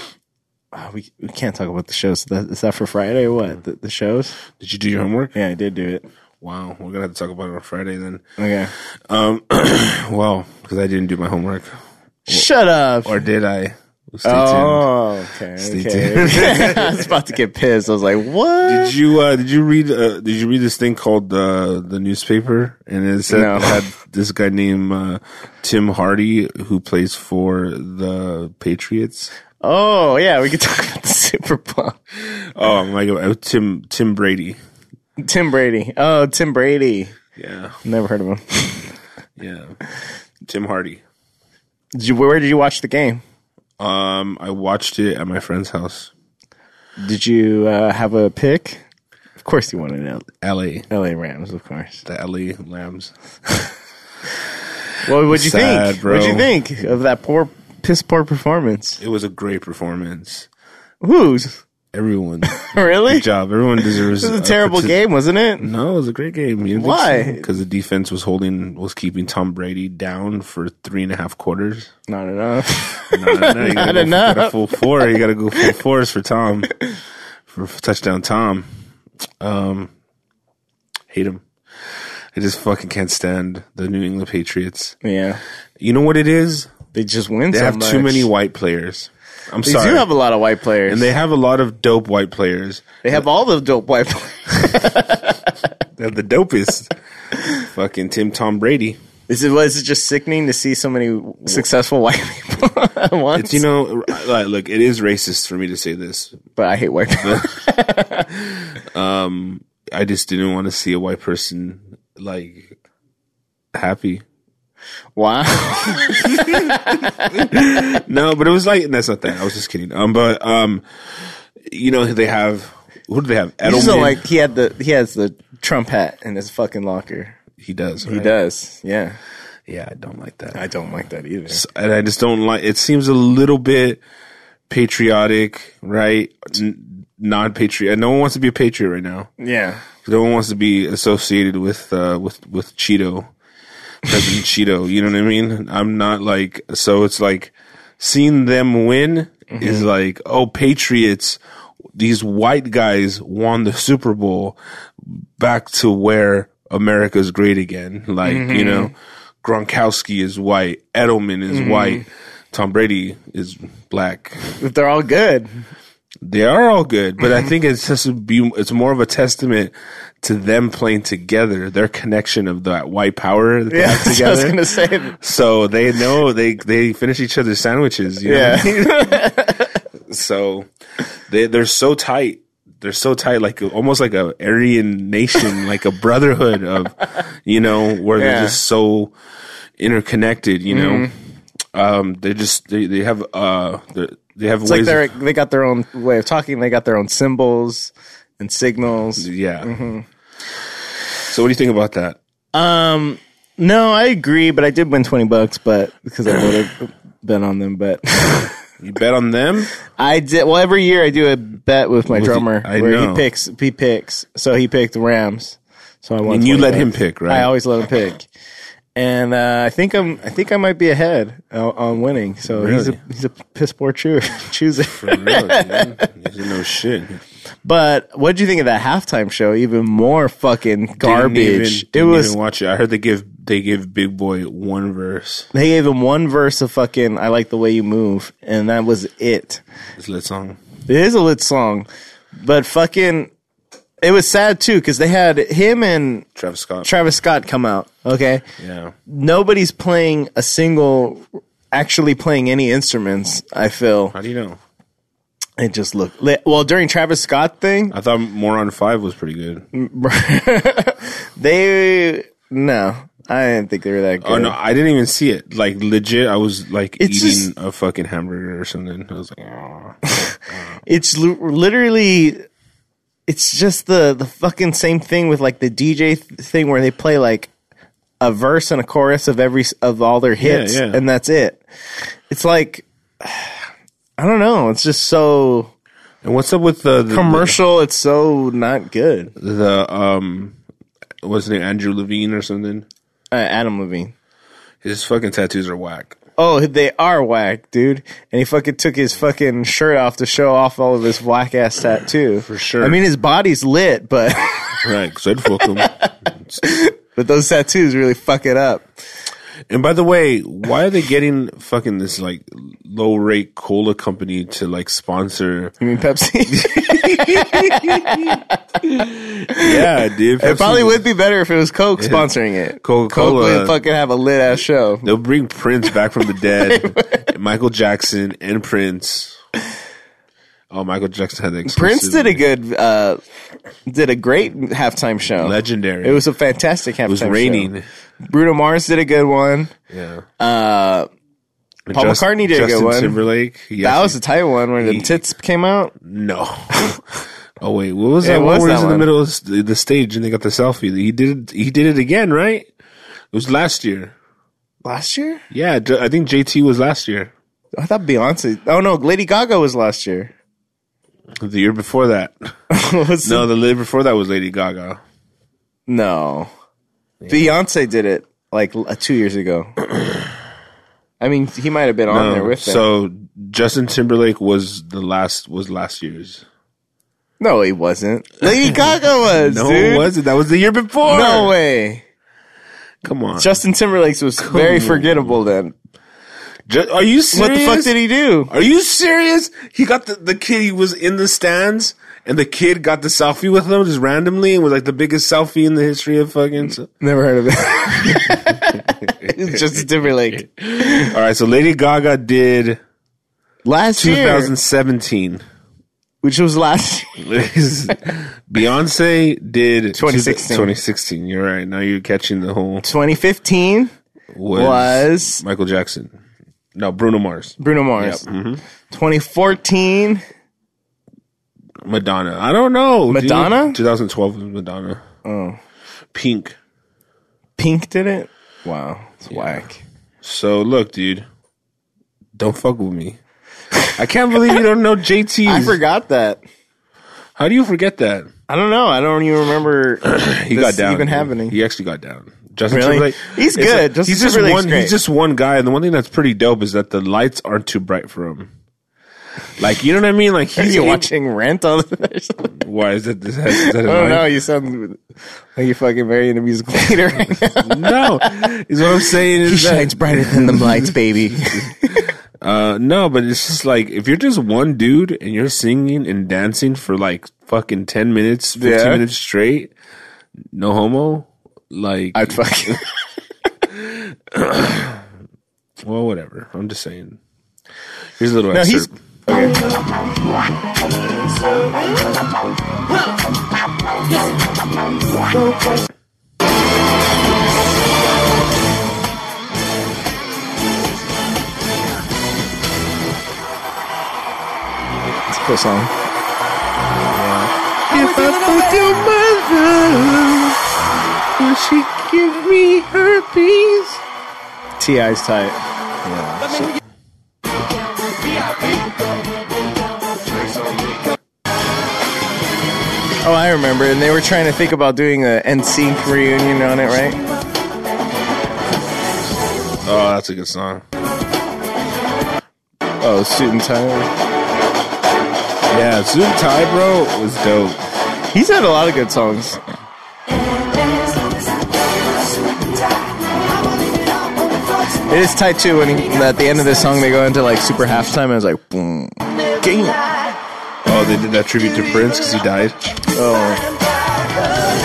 [SPEAKER 2] Oh, we we can't talk about the shows. So that, is that for Friday or what? The, the shows?
[SPEAKER 1] Did you do your homework?
[SPEAKER 2] Yeah, I did do it.
[SPEAKER 1] Wow, we're gonna have to talk about it on Friday then. Um,
[SPEAKER 2] Okay.
[SPEAKER 1] Well, because I didn't do my homework,
[SPEAKER 2] Shut up.
[SPEAKER 1] or did I? Well, Stay
[SPEAKER 2] oh, okay. okay. I was about to get pissed. I was like, what?
[SPEAKER 1] Did you uh, did you read uh, did you read this thing called uh, the newspaper and it said
[SPEAKER 2] No.
[SPEAKER 1] it had this guy named uh, Tim Hardy who plays for the Patriots.
[SPEAKER 2] oh, yeah, we could talk about the Super Bowl.
[SPEAKER 1] Oh my god, uh, Tim Tim Brady.
[SPEAKER 2] Tim Brady. Oh, Tim Brady.
[SPEAKER 1] Yeah,
[SPEAKER 2] Never heard of him.
[SPEAKER 1] yeah. Tim Hardy.
[SPEAKER 2] Did you, where did you watch the game?
[SPEAKER 1] Um, I watched it at my friend's house,
[SPEAKER 2] Did you uh, have a pick? Of course you wanted L-
[SPEAKER 1] L.A.
[SPEAKER 2] L.A. Rams, of course.
[SPEAKER 1] The L.A. Lambs.
[SPEAKER 2] Well, what'd you
[SPEAKER 1] Sad,
[SPEAKER 2] think?
[SPEAKER 1] bro.
[SPEAKER 2] What'd you think of that poor, piss poor performance?
[SPEAKER 1] It was a great performance.
[SPEAKER 2] Who's
[SPEAKER 1] Everyone,
[SPEAKER 2] really?
[SPEAKER 1] good job. Everyone deserves.
[SPEAKER 2] It was a terrible
[SPEAKER 1] partic-
[SPEAKER 2] game, wasn't it?
[SPEAKER 1] No, it was a great game. You
[SPEAKER 2] Why?
[SPEAKER 1] Because the defense was holding, was keeping Tom Brady down for three and a half quarters.
[SPEAKER 2] Not enough.
[SPEAKER 1] Not enough. You gotta go- you
[SPEAKER 2] enough.
[SPEAKER 1] gotta full four. You got to go full force for Tom for touchdown. Tom, um, hate him. I just fucking can't stand the New England Patriots.
[SPEAKER 2] yeah,
[SPEAKER 1] You know what it is?
[SPEAKER 2] they just win.
[SPEAKER 1] They
[SPEAKER 2] so
[SPEAKER 1] have
[SPEAKER 2] much.
[SPEAKER 1] too many white players. I'm
[SPEAKER 2] They
[SPEAKER 1] sorry.
[SPEAKER 2] do have a lot of white players,
[SPEAKER 1] and they have a lot of dope white players.
[SPEAKER 2] they have all the dope white players.
[SPEAKER 1] They're the dopest. fucking Tim Tom Brady.
[SPEAKER 2] Is it was it just sickening to see so many successful white people at once?
[SPEAKER 1] It's, you know, like, look, it is racist for me to say this.
[SPEAKER 2] but I hate white people.
[SPEAKER 1] I just didn't want to see a white person like happy.
[SPEAKER 2] wow.
[SPEAKER 1] No, but it was like that's not that. I was just kidding. Um, but um, you know, they have who do they have? Edelman.
[SPEAKER 2] So like he had the he has the Trump hat in his fucking locker.
[SPEAKER 1] he does.
[SPEAKER 2] He does. Yeah.
[SPEAKER 1] Yeah, I don't like that.
[SPEAKER 2] I don't like that either.
[SPEAKER 1] and I just don't like. It seems a little bit patriotic, right? N- non patriot. No one wants to be a patriot right now.
[SPEAKER 2] Yeah.
[SPEAKER 1] No one wants to be associated with uh, with with Cheeto, President Cheeto. You know what I mean? I'm not like so. It's like seeing them win is like oh Patriots. These white guys won the Super Bowl. Back to where America's great again. Like you know, Gronkowski is white. Edelman is white. Tom Brady is black
[SPEAKER 2] But they're all good.
[SPEAKER 1] they are all good, but I
[SPEAKER 2] Mm-hmm.
[SPEAKER 1] think it's just a be it's more of a testament to them playing together, their connection of that white power that they have
[SPEAKER 2] that's what I was
[SPEAKER 1] together.
[SPEAKER 2] gonna say.
[SPEAKER 1] So they know they they finish each other's sandwiches. You know?
[SPEAKER 2] Yeah.
[SPEAKER 1] So they they're so tight. They're so tight, like almost like a Aryan nation, like a brotherhood of, you know, where
[SPEAKER 2] Yeah. Mm-hmm.
[SPEAKER 1] they're just so interconnected. You know, um, they just they, they have uh they're- they have
[SPEAKER 2] It's like
[SPEAKER 1] ways.
[SPEAKER 2] they
[SPEAKER 1] of-
[SPEAKER 2] are they got their own way of talking. They got their own symbols and signals.
[SPEAKER 1] yeah.
[SPEAKER 2] Mm-hmm.
[SPEAKER 1] So what do you think about that?
[SPEAKER 2] Um, no, I agree, but I did win twenty bucks, but because I would have bet on them. But
[SPEAKER 1] You bet on them.
[SPEAKER 2] I did. Well, every year I do a bet with my drummer
[SPEAKER 1] I
[SPEAKER 2] where
[SPEAKER 1] know.
[SPEAKER 2] he picks. He picks. So he picked the Rams. So I won.
[SPEAKER 1] And you
[SPEAKER 2] 20
[SPEAKER 1] let him
[SPEAKER 2] bucks.
[SPEAKER 1] pick, right?
[SPEAKER 2] I always let him pick. And uh, I think I'm. I think I might be ahead on, on winning. So he's a
[SPEAKER 1] Really?
[SPEAKER 2] he's a piss poor choo- chooser.
[SPEAKER 1] Really, man. You know shit.
[SPEAKER 2] But what would you think of that halftime show? Even more fucking
[SPEAKER 1] Didn't
[SPEAKER 2] garbage.
[SPEAKER 1] even- didn't
[SPEAKER 2] it was.
[SPEAKER 1] even watch it. I heard they give they give Big Boy one verse.
[SPEAKER 2] They gave him one verse of fucking "I like the way you move," and that was it.
[SPEAKER 1] It's lit song.
[SPEAKER 2] It is a lit song, but fucking, it was sad too because they had him and
[SPEAKER 1] Travis Scott.
[SPEAKER 2] Travis Scott come out. Okay,
[SPEAKER 1] yeah.
[SPEAKER 2] nobody's playing a single, actually playing any instruments. I feel
[SPEAKER 1] How do you know?
[SPEAKER 2] it just looked lit. well during Travis Scott thing.
[SPEAKER 1] I thought More on Five was pretty good.
[SPEAKER 2] They no, I didn't think they were that good.
[SPEAKER 1] Oh no, I didn't even see it. Like legit, I was like
[SPEAKER 2] It's
[SPEAKER 1] eating a fucking hamburger or something. I was like, "Aw."
[SPEAKER 2] it's li- literally it's just the the fucking same thing with like the DJ th- thing where they play like a verse and a chorus of every s- of all their hits
[SPEAKER 1] yeah.
[SPEAKER 2] and that's it. It's like I don't know. It's just so
[SPEAKER 1] And what's up with the, the
[SPEAKER 2] commercial. It's so not good.
[SPEAKER 1] The, the um, what's his name? Andrew Levine or something.
[SPEAKER 2] Uh, Adam Levine.
[SPEAKER 1] His fucking tattoos are whack.
[SPEAKER 2] Oh, they are whack, dude. And he fucking took his fucking shirt off to show off all of his whack ass tattoo. For
[SPEAKER 1] sure.
[SPEAKER 2] I mean, his body's lit, but
[SPEAKER 1] Right? Because I'd fuck him.
[SPEAKER 2] but those tattoos really fuck it up.
[SPEAKER 1] And by the way, why are they getting fucking this like low rate cola company to like sponsor?
[SPEAKER 2] I mean, Pepsi.
[SPEAKER 1] Yeah, dude.
[SPEAKER 2] it probably would be better if it was Coke sponsoring it.
[SPEAKER 1] Coca-Cola.
[SPEAKER 2] Coke would fucking have a lit ass show.
[SPEAKER 1] They'll bring Prince back from the dead. Michael Jackson and Prince. Oh, Michael Jackson had the exclusive.
[SPEAKER 2] Prince did a good, uh, did a great halftime show.
[SPEAKER 1] legendary.
[SPEAKER 2] It was a fantastic halftime. It
[SPEAKER 1] was raining.
[SPEAKER 2] Bruno Mars did a good one.
[SPEAKER 1] Yeah.
[SPEAKER 2] Uh,
[SPEAKER 1] And
[SPEAKER 2] Paul
[SPEAKER 1] Just-
[SPEAKER 2] McCartney did a good
[SPEAKER 1] Justin
[SPEAKER 2] one.
[SPEAKER 1] Timberlake. Yes,
[SPEAKER 2] that was a tight one when the
[SPEAKER 1] He-
[SPEAKER 2] tits came out.
[SPEAKER 1] no. oh wait, what was that?
[SPEAKER 2] It
[SPEAKER 1] one
[SPEAKER 2] was
[SPEAKER 1] where
[SPEAKER 2] that
[SPEAKER 1] he's in the
[SPEAKER 2] one.
[SPEAKER 1] middle of s- the stage and they got the selfie. He did. He did it again, right? It was last year.
[SPEAKER 2] Last year?
[SPEAKER 1] Yeah, J- I think JT was last year.
[SPEAKER 2] I thought Beyonce. Oh no, Lady Gaga was last year.
[SPEAKER 1] The year before that.
[SPEAKER 2] Was-
[SPEAKER 1] no, the year before that was Lady Gaga.
[SPEAKER 2] no. Beyonce did it like l- two years ago. I mean, he might have been on there
[SPEAKER 1] Um,
[SPEAKER 2] with them.
[SPEAKER 1] so Justin Timberlake was the last was last year's.
[SPEAKER 2] No, he wasn't. Lady Gaga was.
[SPEAKER 1] No,
[SPEAKER 2] dude.
[SPEAKER 1] it wasn't. That was the year before.
[SPEAKER 2] No way.
[SPEAKER 1] come on.
[SPEAKER 2] Justin Timberlake's was very forgettable then.
[SPEAKER 1] Ju- are you
[SPEAKER 2] What
[SPEAKER 1] serious?
[SPEAKER 2] the fuck did he do?
[SPEAKER 1] Are you serious? He got the, the kid. He was in the stands, and the kid got the selfie with him just randomly, and was like the biggest selfie in the history of fucking.
[SPEAKER 2] Never heard of it. It's Justin Timberlake.
[SPEAKER 1] All right, so Lady Gaga did
[SPEAKER 2] Last year,
[SPEAKER 1] 2017.
[SPEAKER 2] which was last year.
[SPEAKER 1] Beyonce did
[SPEAKER 2] 2016.
[SPEAKER 1] 2016. You're right. Now you're catching the whole
[SPEAKER 2] 2015
[SPEAKER 1] was,
[SPEAKER 2] was
[SPEAKER 1] Michael Jackson. No, Bruno Mars,
[SPEAKER 2] Bruno Mars.
[SPEAKER 1] Mm-hmm.
[SPEAKER 2] 2014.
[SPEAKER 1] Madonna. I don't know. dude.
[SPEAKER 2] Madonna?
[SPEAKER 1] 2012 was Madonna. Oh, Pink.
[SPEAKER 2] Pink did it. Wow, it's whack.
[SPEAKER 1] So look, dude, don't fuck with me. I can't believe you don't know JT.
[SPEAKER 2] I forgot that.
[SPEAKER 1] How do you forget that?
[SPEAKER 2] I don't know. I don't even remember.
[SPEAKER 1] He
[SPEAKER 2] this
[SPEAKER 1] got down.
[SPEAKER 2] Even
[SPEAKER 1] dude.
[SPEAKER 2] happening.
[SPEAKER 1] He actually got down. Justin
[SPEAKER 2] Really?
[SPEAKER 1] Timberlake. it's
[SPEAKER 2] He's good.
[SPEAKER 1] a-
[SPEAKER 2] Justin
[SPEAKER 1] he's just
[SPEAKER 2] Timberlake's
[SPEAKER 1] one.
[SPEAKER 2] great.
[SPEAKER 1] He's just one guy, and the one thing that's pretty dope is that the lights aren't too bright for him. Like you know what I mean? Like
[SPEAKER 2] Are
[SPEAKER 1] he's
[SPEAKER 2] you
[SPEAKER 1] able-
[SPEAKER 2] watching Oh, Rent on or something?
[SPEAKER 1] Why is that? Is that, is that a
[SPEAKER 2] I don't
[SPEAKER 1] line?
[SPEAKER 2] know. You sound like you're fucking very into musical theater. Right now.
[SPEAKER 1] no, is what I'm saying is that,
[SPEAKER 2] brighter than the lights, baby.
[SPEAKER 1] uh, no, but it's just like if you're just one dude and you're singing and dancing for like fucking ten minutes, fifteen
[SPEAKER 2] Yeah.
[SPEAKER 1] minutes straight, no homo. Like,
[SPEAKER 2] I'd fucking.
[SPEAKER 1] well, whatever. I'm just saying. Here's a little
[SPEAKER 2] No, he's.
[SPEAKER 1] excerpt.
[SPEAKER 2] Okay. It's a cool song.
[SPEAKER 1] If I fucked your mother, will she give me her peace?
[SPEAKER 2] Ti's tight. Oh, I remember. And they were trying to think about doing a NSYNC reunion on it, right?
[SPEAKER 1] Oh, that's a good song.
[SPEAKER 2] Oh, suit and tie.
[SPEAKER 1] Yeah, Zoom Tie, bro, was dope.
[SPEAKER 2] He's had a lot of good songs. It is tight too. When he, at the end of this song, they go into like super halftime, and it's like boom. Damn.
[SPEAKER 1] Oh, they did that tribute to Prince because he died.
[SPEAKER 2] Oh,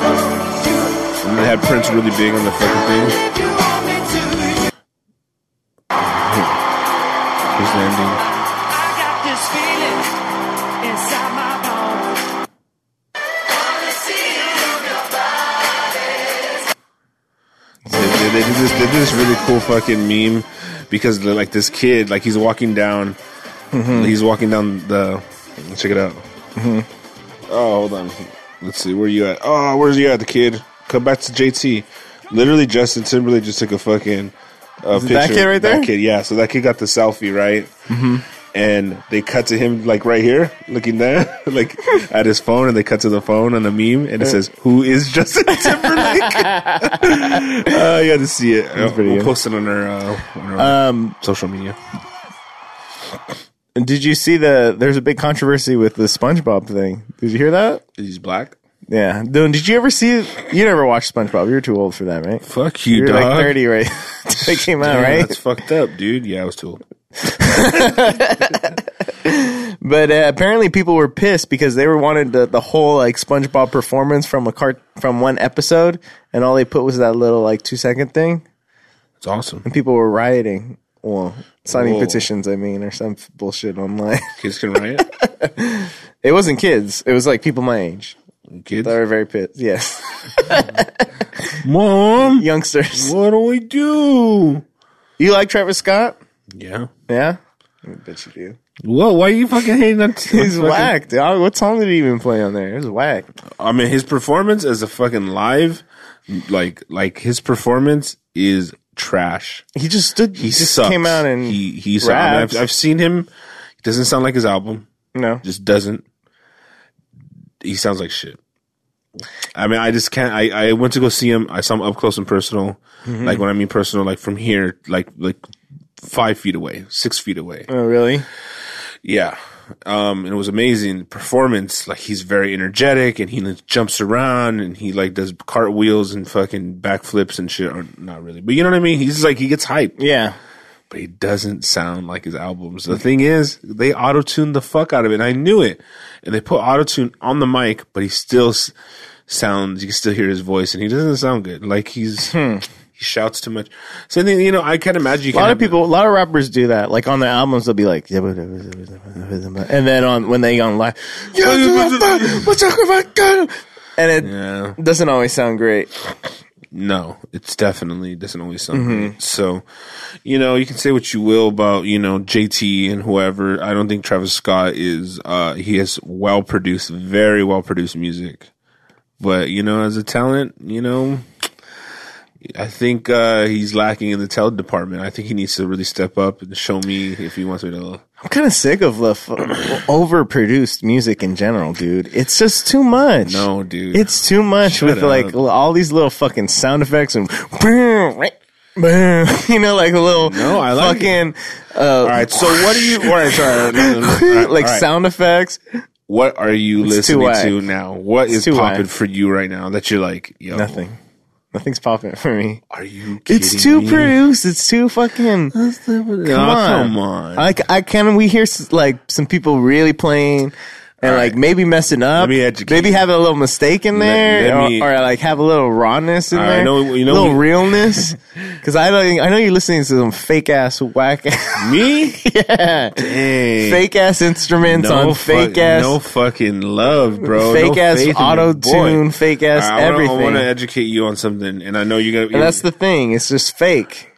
[SPEAKER 1] And they had Prince really big on the fucking thing. Here's the ending. They, they, they did this. They did this really cool fucking meme because they're like this kid, like he's walking down.
[SPEAKER 2] Mm-hmm.
[SPEAKER 1] He's walking down the. Check it out. Oh, hold on. Let's see. Where you at? Oh, where's you at, the kid? Come back to JT. Literally, Justin Timberlake just took a fucking a
[SPEAKER 2] it that kid right there?
[SPEAKER 1] That kid, yeah. So that kid got the selfie, right? Mm-hmm. And they cut to him like right here, looking there, like at his phone, and they cut to the phone on the meme,
[SPEAKER 2] Uh.
[SPEAKER 1] and it says, "Who is Justin Timberlake?" uh, you had to see it. Uh,
[SPEAKER 2] pretty
[SPEAKER 1] we'll
[SPEAKER 2] good.
[SPEAKER 1] post it on our, uh, on our social media.
[SPEAKER 2] Did you see the? There's a big controversy with the SpongeBob thing. Did you hear that?
[SPEAKER 1] He's black.
[SPEAKER 2] Yeah. Dylan, did you ever see? You never watched SpongeBob. You're too old for that, right?
[SPEAKER 1] Fuck you,
[SPEAKER 2] You're
[SPEAKER 1] dog.
[SPEAKER 2] like 30, right? they came out,
[SPEAKER 1] Damn,
[SPEAKER 2] right?
[SPEAKER 1] That's fucked up, dude. Yeah, I was too old.
[SPEAKER 2] But uh, apparently, people were pissed because they were wanted the, the whole like SpongeBob performance from a cart from one episode, and all they put was that little like two second thing.
[SPEAKER 1] It's awesome.
[SPEAKER 2] People were rioting, well, signing
[SPEAKER 1] Whoa.
[SPEAKER 2] petitions, I mean, or some f- bullshit online.
[SPEAKER 1] Kids can riot.
[SPEAKER 2] it wasn't kids; it was like people my age.
[SPEAKER 1] Kids.
[SPEAKER 2] They were very pissed. Yes,
[SPEAKER 1] Mom,
[SPEAKER 2] youngsters.
[SPEAKER 1] what do we do?
[SPEAKER 2] You like Travis Scott?
[SPEAKER 1] Yeah.
[SPEAKER 2] Yeah, I bet you do.
[SPEAKER 1] Whoa, why are you fucking hating on
[SPEAKER 2] He's whack, dog. What song did he even play on there? It was whack.
[SPEAKER 1] I mean, his performance as a fucking live, like, like his performance is trash.
[SPEAKER 2] He just stood.
[SPEAKER 1] He
[SPEAKER 2] He just
[SPEAKER 1] sucks.
[SPEAKER 2] came out and
[SPEAKER 1] he he. Sucks. I
[SPEAKER 2] rapped.
[SPEAKER 1] have I've seen him. He doesn't sound like his album.
[SPEAKER 2] no.
[SPEAKER 1] Just doesn't. He sounds like shit. I mean, I just can't. I, I went to go see him. I saw him up close and personal. Like when I mean personal, like from here, like like five feet away, six feet away.
[SPEAKER 2] Oh, really?
[SPEAKER 1] Yeah. Um, and it was amazing performance. Like he's very energetic and he like, jumps around and he like does cartwheels and fucking backflips and shit. Or not really, but you know what I mean? He's just like, he gets hype,
[SPEAKER 2] Yeah.
[SPEAKER 1] but he doesn't sound like his albums. The thing is, they auto tune the fuck out of it. And I knew it. And they put auto tune on the mic, but he still s- sounds, you can still hear his voice and he doesn't sound good. Like he's, he shouts too much. Same thing, you know, I can't imagine you
[SPEAKER 2] Hmm. A lot of
[SPEAKER 1] can't-
[SPEAKER 2] people, a lot of rappers do that. Like on their albums, they'll be like, and then on when they go on live, and it
[SPEAKER 1] Yeah.
[SPEAKER 2] doesn't always sound great.
[SPEAKER 1] No, it's definitely doesn't always sound
[SPEAKER 2] Mm-hmm.
[SPEAKER 1] great. So, you know, you can say what you will about you know JT and whoever. I don't think Travis Scott is. uh He has well produced, very well produced music, but you know, as a talent, you know, I think uh he's lacking in the talent department. I think he needs to really step up and show me if he wants me to.
[SPEAKER 2] I'm kind of sick of the f- overproduced music in general, dude. It's just too much.
[SPEAKER 1] No, Oh, dude,
[SPEAKER 2] it's too much with
[SPEAKER 1] up.
[SPEAKER 2] like l- all these little fucking sound effects and you know, like a little
[SPEAKER 1] No, I like
[SPEAKER 2] fucking uh,
[SPEAKER 1] all right. So, what do you? All right, sorry, no, no, no, all right,
[SPEAKER 2] like
[SPEAKER 1] all right.
[SPEAKER 2] sound effects.
[SPEAKER 1] What are you
[SPEAKER 2] too
[SPEAKER 1] listening
[SPEAKER 2] whack.
[SPEAKER 1] to now? What is
[SPEAKER 2] too whack.
[SPEAKER 1] popping for you right now that you're like, yo,
[SPEAKER 2] Nothing, nothing's popping for me.
[SPEAKER 1] Are you kidding
[SPEAKER 2] It's too
[SPEAKER 1] me?
[SPEAKER 2] produced. It's too fucking. Come
[SPEAKER 1] Come,
[SPEAKER 2] on.
[SPEAKER 1] come on.
[SPEAKER 2] Like I can. We hear s- like some people really playing. And
[SPEAKER 1] All
[SPEAKER 2] like
[SPEAKER 1] right.
[SPEAKER 2] maybe messing up,
[SPEAKER 1] me educate
[SPEAKER 2] maybe
[SPEAKER 1] you.
[SPEAKER 2] have a little mistake in there,
[SPEAKER 1] let
[SPEAKER 2] or-
[SPEAKER 1] me-
[SPEAKER 2] or, like have a little rawness in
[SPEAKER 1] All right,
[SPEAKER 2] there,
[SPEAKER 1] I know- you know
[SPEAKER 2] little
[SPEAKER 1] we-
[SPEAKER 2] realness. Because I don't, I know you're listening to some fake ass whack,
[SPEAKER 1] Me?
[SPEAKER 2] yeah,
[SPEAKER 1] Dang.
[SPEAKER 2] fake ass instruments on
[SPEAKER 1] fu-
[SPEAKER 2] fake ass,
[SPEAKER 1] No fucking love, bro.
[SPEAKER 2] fake
[SPEAKER 1] No
[SPEAKER 2] ass
[SPEAKER 1] faith in your
[SPEAKER 2] auto
[SPEAKER 1] boy.
[SPEAKER 2] tune, fake ass
[SPEAKER 1] I wanna- I
[SPEAKER 2] everything.
[SPEAKER 1] want to educate you on something, and I know you got.
[SPEAKER 2] and that's the thing. It's just fake.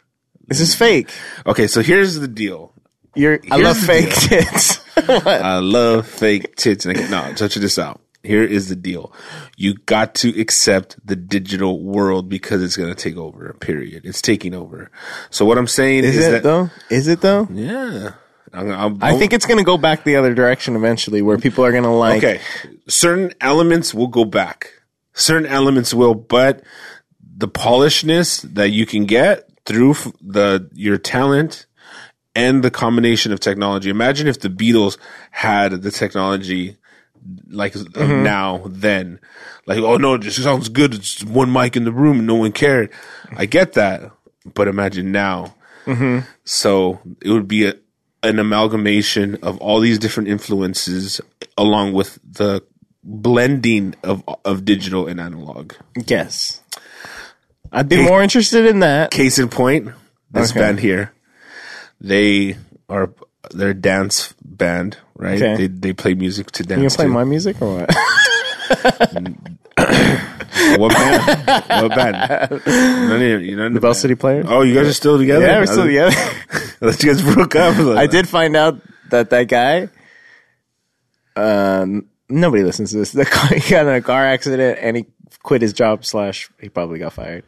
[SPEAKER 2] It's just fake.
[SPEAKER 1] okay. So here's the deal.
[SPEAKER 2] You're, I
[SPEAKER 1] Here's
[SPEAKER 2] love
[SPEAKER 1] the
[SPEAKER 2] fake tits. What?
[SPEAKER 1] I love fake tits. And I can, no, touch this out. Here is the deal. You got to accept the digital world because it's going to take over, period. It's taking over. So what I'm saying is,
[SPEAKER 2] Is, it
[SPEAKER 1] that,
[SPEAKER 2] though? Is it though?
[SPEAKER 1] yeah. I'm- I'm-
[SPEAKER 2] I think it's going to go back the other direction eventually, where people are going to like.
[SPEAKER 1] okay certain elements will go back certain elements will but the polishedness that you can get through f- the your talent and the combination of technology imagine if the beatles had the technology like of now then like oh no it just sounds good it's one mic in the room and no one cared i get that but imagine now so it would be a, an amalgamation of all these different influences, along with the blending of of digital and analog.
[SPEAKER 2] Yes, I'd be more interested in that.
[SPEAKER 1] Case in point, this
[SPEAKER 2] Okay.
[SPEAKER 1] band here, they are they're a dance band, right? They
[SPEAKER 2] Okay.
[SPEAKER 1] they play music to
[SPEAKER 2] You
[SPEAKER 1] dance.
[SPEAKER 2] gonna play
[SPEAKER 1] to.
[SPEAKER 2] my music or what?
[SPEAKER 1] what band? what band? None of you. None the
[SPEAKER 2] Bell City Players?
[SPEAKER 1] Oh, you guys are still together?
[SPEAKER 2] yeah, we're still together.
[SPEAKER 1] I thought you guys broke up.
[SPEAKER 2] I did find out that that guy. Um, nobody listens to this. The car, he got in a car accident and he quit his job. Slash, he probably got fired.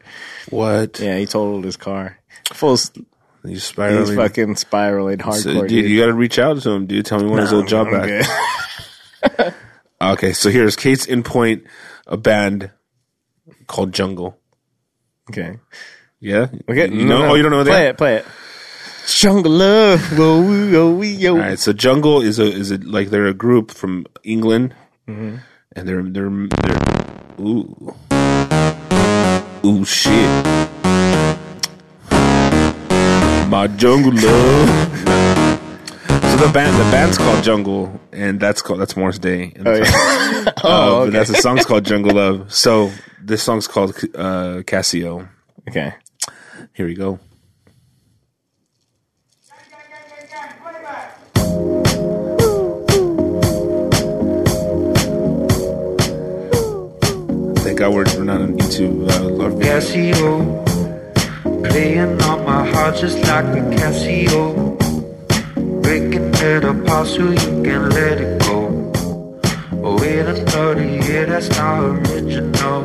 [SPEAKER 1] What?
[SPEAKER 2] Yeah, he totaled his car. Full. s-
[SPEAKER 1] You
[SPEAKER 2] He's
[SPEAKER 1] spiraling.
[SPEAKER 2] fucking spiraling
[SPEAKER 1] So,
[SPEAKER 2] hardcore.
[SPEAKER 1] dude,
[SPEAKER 2] dude.
[SPEAKER 1] you got to reach out to him, dude. Tell me when his old job
[SPEAKER 2] I'm
[SPEAKER 1] back.
[SPEAKER 2] good.
[SPEAKER 1] Okay, so here's case in point, a band called Jungle.
[SPEAKER 2] okay.
[SPEAKER 1] Yeah.
[SPEAKER 2] Okay.
[SPEAKER 1] You know? Oh, you don't know
[SPEAKER 2] play
[SPEAKER 1] that?
[SPEAKER 2] it. Play it. Jungle love. Whoa, whoa, yo.
[SPEAKER 1] All right. So Jungle is a is a like they're a group from England,
[SPEAKER 2] Mm-hmm.
[SPEAKER 1] and they're they're they're ooh ooh shit. My jungle love. so the band the band's called Jungle, and that's called that's Morris Day. And
[SPEAKER 2] Oh,
[SPEAKER 1] that's-
[SPEAKER 2] yeah.
[SPEAKER 1] uh,
[SPEAKER 2] Oh,
[SPEAKER 1] but
[SPEAKER 2] okay.
[SPEAKER 1] that's the song's called Jungle Love. So this song's called uh, Casio.
[SPEAKER 2] okay.
[SPEAKER 1] Here we go. Thank God we're, we're not on YouTube. Uh, love video.
[SPEAKER 3] Casio Playing on my heart just like a Casio Breaking it apart so you can let it go Wait until you hear that's not original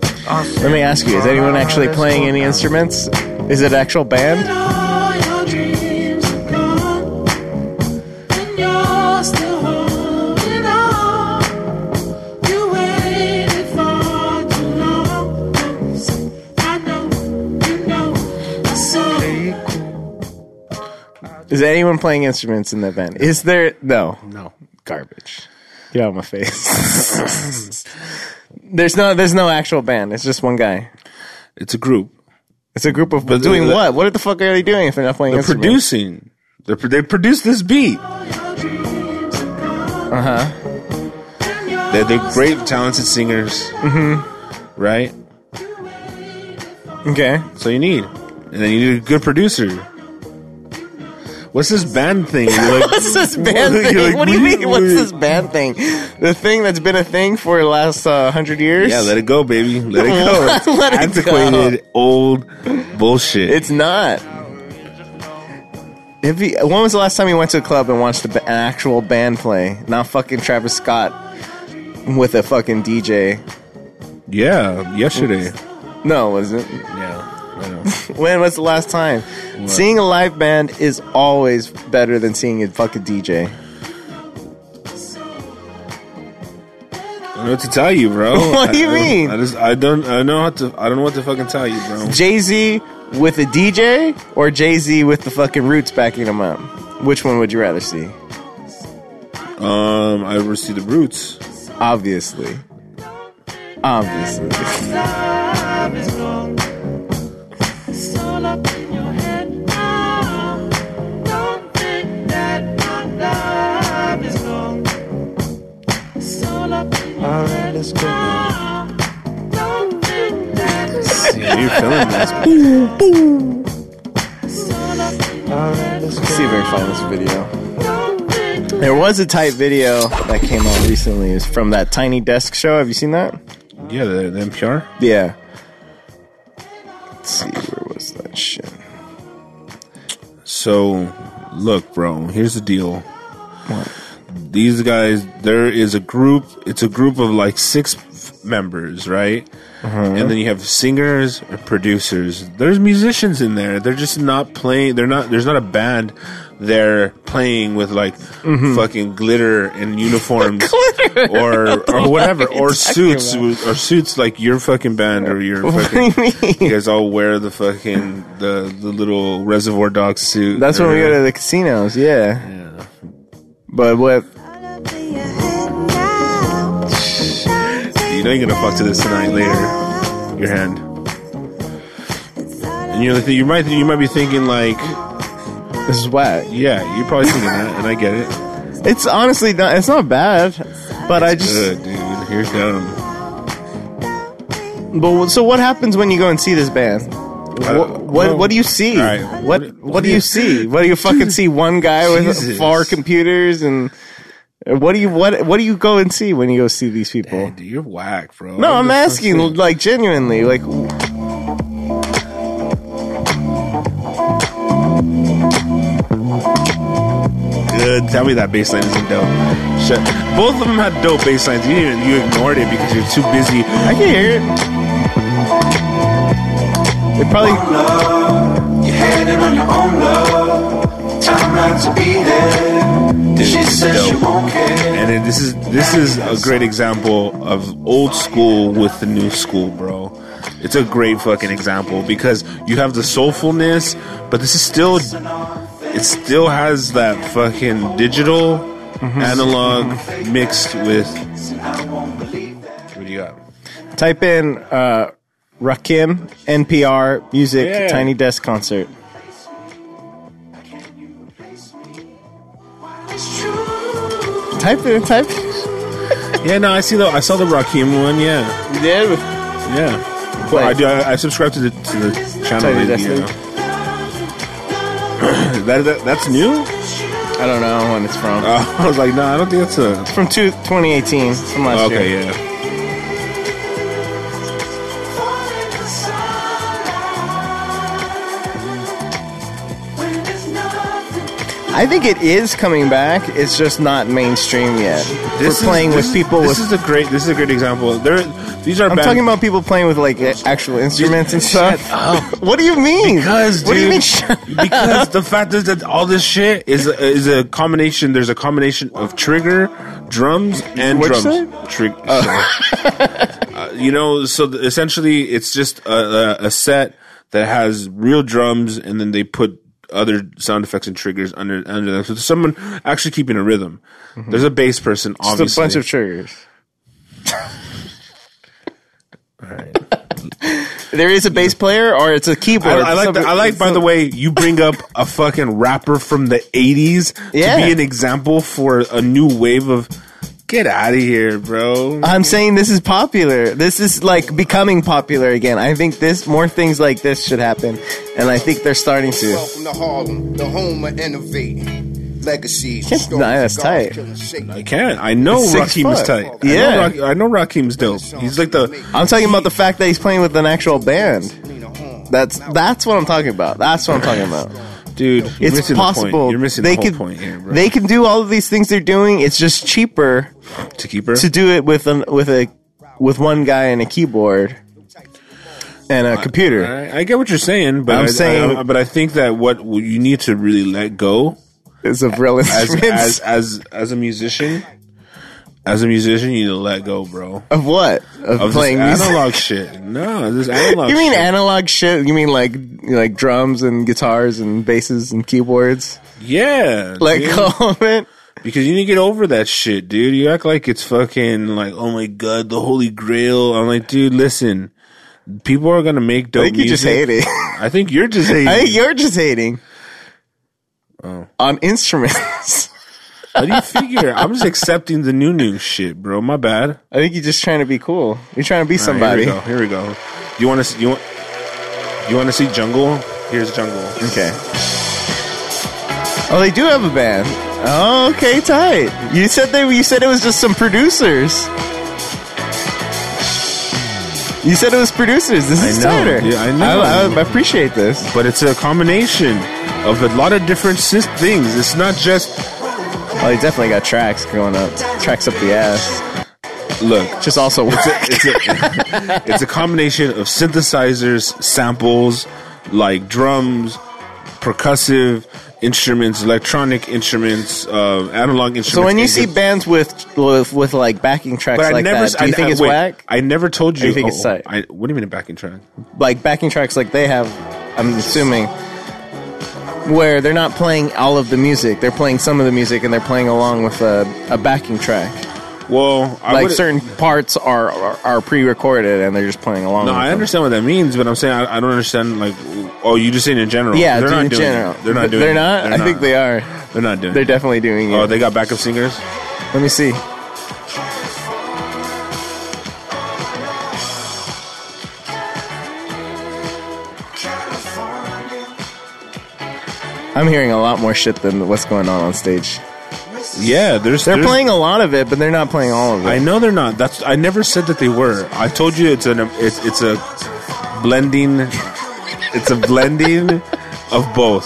[SPEAKER 2] Let me ask you: Is anyone actually playing any instruments? Is it actual band?
[SPEAKER 4] all your dreams are gone, and you're still holding on. You waited for too long. I know, you know, I saw.
[SPEAKER 2] Is anyone playing instruments in that band? Is there no
[SPEAKER 1] No.
[SPEAKER 2] garbage? Get out of my face. there's no, there's no actual band. It's just one guy.
[SPEAKER 1] It's a group.
[SPEAKER 2] It's a group of
[SPEAKER 1] But
[SPEAKER 2] doing
[SPEAKER 1] the-
[SPEAKER 2] what? What the fuck are they doing if they're not playing
[SPEAKER 1] They're
[SPEAKER 2] instruments?
[SPEAKER 1] producing. They're, pro- they produced this beat.
[SPEAKER 2] Uh huh.
[SPEAKER 1] Uh-huh. They're, they're great, talented singers. Mm-hmm. Right?
[SPEAKER 2] Okay.
[SPEAKER 1] That's all you need. And then you need a good producer. What's this band thing? You're like-
[SPEAKER 2] What's this band
[SPEAKER 1] You're
[SPEAKER 2] thing?
[SPEAKER 1] like,
[SPEAKER 2] what do you
[SPEAKER 1] "Wait,
[SPEAKER 2] mean? What's
[SPEAKER 1] wait."
[SPEAKER 2] this band thing? The thing that's been a thing for the last uh, hundred years?
[SPEAKER 1] Yeah, let it go, baby. Let it go.
[SPEAKER 2] Let it
[SPEAKER 1] Antiquated, old bullshit.
[SPEAKER 2] It's not. If you, when was the last time you went to a club and watched a ba- an actual band play? Not fucking Travis Scott with a fucking DJ.
[SPEAKER 1] yeah, yesterday.
[SPEAKER 2] No, it wasn't.
[SPEAKER 1] Yeah. I know.
[SPEAKER 2] When was the last time? Seeing a live band is always better than seeing a fucking DJ.
[SPEAKER 1] I don't know what to tell you, bro.
[SPEAKER 2] What do you
[SPEAKER 1] I-
[SPEAKER 2] mean?
[SPEAKER 1] I just I don't I know how to I don't know what to fucking tell you, bro.
[SPEAKER 2] Jay Z with a DJ or Jay Z with the fucking roots backing him up? Which one would you rather see?
[SPEAKER 1] Um, I ever see the roots.
[SPEAKER 2] Obviously. Obviously.
[SPEAKER 4] Love is wrong. It's all up in your head now. Don't think that my love is wrong. It's all up in your head now. Don't think that it's
[SPEAKER 1] Yeah, you're feeling this.
[SPEAKER 4] all up in your
[SPEAKER 2] Let's see if we can find this video.
[SPEAKER 4] Don't think
[SPEAKER 2] There was a tight video that came out recently. It was from that Tiny Desk show. Have you seen that?
[SPEAKER 1] Yeah, the, the NPR.
[SPEAKER 2] Yeah. Let's see, where was that shit?
[SPEAKER 1] So, look, bro, here's the deal. These guys, there is a group, it's a group of like six f- members, right? And then you have singers and producers. There's musicians in there. They're just not playing, they're not, there's not a band. They're playing with like fucking glitter and uniforms or or whatever or suits or suits like your fucking band or your fucking
[SPEAKER 2] do you mean?
[SPEAKER 1] you guys all wear the fucking the the little reservoir dog suit.
[SPEAKER 2] That's when we go
[SPEAKER 1] or-
[SPEAKER 2] to the casinos, yeah. But what?
[SPEAKER 1] You know you're gonna fuck to this tonight later. Your hand. And you're like you might you might be thinking like
[SPEAKER 2] This is whack.
[SPEAKER 1] yeah you're probably thinking that and I get it.
[SPEAKER 2] It's honestly not. It's not bad, but I just.
[SPEAKER 1] Good dude, here dumb.
[SPEAKER 2] But wh- so what happens when you go and see this band? What what, what do you see?
[SPEAKER 1] Uh, All right.
[SPEAKER 2] What what, do you see? What do you fucking see? One guy with
[SPEAKER 1] Jesus.
[SPEAKER 2] four computers and what do you what what do you go and see when you go see these people?
[SPEAKER 1] Hey, oh, dude, you're whack, bro.
[SPEAKER 2] No, I'm asking
[SPEAKER 1] All
[SPEAKER 2] like genuinely, like
[SPEAKER 1] Good Tell me that bass line isn't dope. Shut. Both of them had dope bass lines. You didn't, you ignored it because you're too busy.
[SPEAKER 2] I can hear it. It probably
[SPEAKER 5] You're heading on your own love. Time not to be there.
[SPEAKER 1] Dude,
[SPEAKER 5] she
[SPEAKER 1] it's
[SPEAKER 5] says she
[SPEAKER 1] dope.
[SPEAKER 5] won't care.
[SPEAKER 1] And it, this is this is a great example of old school with the new school, bro. It's a great fucking example because you have the soulfulness, but this is still it still has that fucking digital Mm-hmm. analog mixed with what do you got?
[SPEAKER 2] type in uh, Rakim NPR music
[SPEAKER 1] Yeah.
[SPEAKER 2] tiny desk concert. Type in type.
[SPEAKER 1] Yeah, no, I see the I saw the Rakim one. Yeah,
[SPEAKER 2] Yeah,
[SPEAKER 1] yeah. Well, I do. I, I subscribe to the to the channel.
[SPEAKER 2] Totally
[SPEAKER 1] that, you
[SPEAKER 2] different.
[SPEAKER 1] know. that, that that's new.
[SPEAKER 2] I don't know when it's from.
[SPEAKER 1] Uh, I was like, no, I don't think that's a
[SPEAKER 2] It's from two, 2018. It's From last year.
[SPEAKER 1] Okay, yeah.
[SPEAKER 2] I think it is coming back. It's just not mainstream yet.
[SPEAKER 1] This
[SPEAKER 2] We're playing
[SPEAKER 1] is,
[SPEAKER 2] with
[SPEAKER 1] this-
[SPEAKER 2] people
[SPEAKER 1] This
[SPEAKER 2] with.
[SPEAKER 1] is a great. This is a great example. There, these are.
[SPEAKER 2] I'm
[SPEAKER 1] band-
[SPEAKER 2] talking about people playing with like a- actual instruments and stuff. What do you mean?
[SPEAKER 1] Oh. Because,
[SPEAKER 2] what do you
[SPEAKER 1] dude.
[SPEAKER 2] mean? shut-
[SPEAKER 1] because the fact is that all this shit is a, is a combination. There's a combination of trigger, drums, and
[SPEAKER 2] What'd you Oh.
[SPEAKER 1] drums. Trig- uh, you know, so th- essentially, it's just a, a, a set that has real drums, and then they put other sound effects and triggers under under them. So there's someone actually keeping a rhythm. There's a bass person, obviously.
[SPEAKER 2] Mm-hmm. Just a bunch of triggers. there is a bass player, or it's a keyboard.
[SPEAKER 1] I, I like that. I like. By the way, you bring up a fucking rapper from the '80s
[SPEAKER 2] Yeah.
[SPEAKER 1] to be an example for a new wave of. Get out of here, bro.
[SPEAKER 2] I'm saying this is popular. This is like becoming popular again. I think this more things like this should happen, and I think they're starting to.
[SPEAKER 6] Welcome to Harlem, the home of innovating legacies.
[SPEAKER 2] Can't
[SPEAKER 6] stories
[SPEAKER 2] deny
[SPEAKER 6] of
[SPEAKER 2] that's
[SPEAKER 6] God's
[SPEAKER 2] tight.
[SPEAKER 6] killing shaking.
[SPEAKER 1] I can't. I know
[SPEAKER 2] It's six
[SPEAKER 1] Rakim is
[SPEAKER 2] foot.
[SPEAKER 1] tight.
[SPEAKER 2] Yeah.
[SPEAKER 1] I know, Ra- I know Rakim's dope. He's like the.
[SPEAKER 2] I'm talking about the fact that he's playing with an actual band.
[SPEAKER 6] Lean a horn.
[SPEAKER 2] That's that's what I'm talking about. That's what I'm talking about.
[SPEAKER 1] Dude, you're
[SPEAKER 2] it's
[SPEAKER 1] missing The
[SPEAKER 2] possible
[SPEAKER 1] point. You're missing
[SPEAKER 2] they
[SPEAKER 1] the whole
[SPEAKER 2] could
[SPEAKER 1] point here, bro.
[SPEAKER 2] they can do all of these things they're doing. It's just cheaper
[SPEAKER 1] to keep her.
[SPEAKER 2] to do it with an with a with one guy and a keyboard and a computer.
[SPEAKER 1] I, I get what you're saying, but
[SPEAKER 2] I'm
[SPEAKER 1] I,
[SPEAKER 2] saying-
[SPEAKER 1] I- but I think that what you need to really let go
[SPEAKER 2] It's a real
[SPEAKER 1] as as
[SPEAKER 2] instruments
[SPEAKER 1] as as a musician, as a musician, you need to let go, bro.
[SPEAKER 2] of what of,
[SPEAKER 1] Of
[SPEAKER 2] playing
[SPEAKER 1] this
[SPEAKER 2] music.
[SPEAKER 1] analog shit. No, this analog.
[SPEAKER 2] You mean
[SPEAKER 1] shit.
[SPEAKER 2] analog shit? You mean like like drums and guitars and basses and keyboards?
[SPEAKER 1] Yeah.
[SPEAKER 2] Let
[SPEAKER 1] dude.
[SPEAKER 2] go of it.
[SPEAKER 1] Because you need to get over that shit, dude. You act like it's fucking like, oh my god, the holy grail. I'm like, dude, listen. People are gonna make dope
[SPEAKER 2] I think you just
[SPEAKER 1] music.
[SPEAKER 2] hate it.
[SPEAKER 1] I think you're just hating. Oh.
[SPEAKER 2] I think you're just hating on instruments.
[SPEAKER 1] How do you figure? I'm just accepting the new new shit, bro. My bad.
[SPEAKER 2] I think you're just trying to be cool. You're trying to be
[SPEAKER 1] All right,
[SPEAKER 2] somebody.
[SPEAKER 1] here we go. Here we go. You want to you want you want to see jungle? Here's jungle.
[SPEAKER 2] Okay. Oh, they do have a band. Oh, okay, tight. You said they. You said it was just some producers. You said it was producers. This is
[SPEAKER 1] know,
[SPEAKER 2] tighter.
[SPEAKER 1] dude, I know.
[SPEAKER 2] I, I appreciate this.
[SPEAKER 1] But it's a combination of a lot of different sys- things. It's not just
[SPEAKER 2] Oh, they definitely got tracks going up. Tracks up the ass.
[SPEAKER 1] look.
[SPEAKER 2] Just also whack.
[SPEAKER 1] it's a, it's a combination of synthesizers, samples, like drums, percussive instruments, electronic instruments, uh, analog instruments.
[SPEAKER 2] So when you
[SPEAKER 1] and
[SPEAKER 2] see
[SPEAKER 1] good-
[SPEAKER 2] bands with with, with like backing tracks like that, do you
[SPEAKER 1] I-
[SPEAKER 2] think
[SPEAKER 1] I-
[SPEAKER 2] it's
[SPEAKER 1] wait,
[SPEAKER 2] whack?
[SPEAKER 1] I never told you. Oh,
[SPEAKER 2] you think it's tight?
[SPEAKER 1] I, what do you mean a backing track?
[SPEAKER 2] like backing tracks like they have i'm assuming where they're not playing all of the music they're playing some of the music and they're playing along with a, a backing track
[SPEAKER 1] Well, I
[SPEAKER 2] like
[SPEAKER 1] wouldn't-
[SPEAKER 2] certain parts are, are are pre-recorded and they're just playing along
[SPEAKER 1] No,
[SPEAKER 2] with
[SPEAKER 1] I
[SPEAKER 2] them.
[SPEAKER 1] understand what that means, but I'm saying I, I don't understand. Like, oh, you just saying in general?
[SPEAKER 2] yeah
[SPEAKER 1] they're
[SPEAKER 2] in
[SPEAKER 1] not doing.
[SPEAKER 2] general
[SPEAKER 1] It. They're not doing.
[SPEAKER 2] they're
[SPEAKER 1] it.
[SPEAKER 2] not i think they are
[SPEAKER 1] They're not doing.
[SPEAKER 2] they're
[SPEAKER 1] it.
[SPEAKER 2] definitely doing it
[SPEAKER 1] Oh, they got backup singers.
[SPEAKER 2] let me see i'm hearing a lot more shit than what's going on on stage
[SPEAKER 1] Yeah, there's
[SPEAKER 2] They're
[SPEAKER 1] there's-
[SPEAKER 2] playing a lot of it, but they're not playing all of it.
[SPEAKER 1] I know they're not. That's I never said that they were. I told you it's an it's it's a blending. It's a blending of both.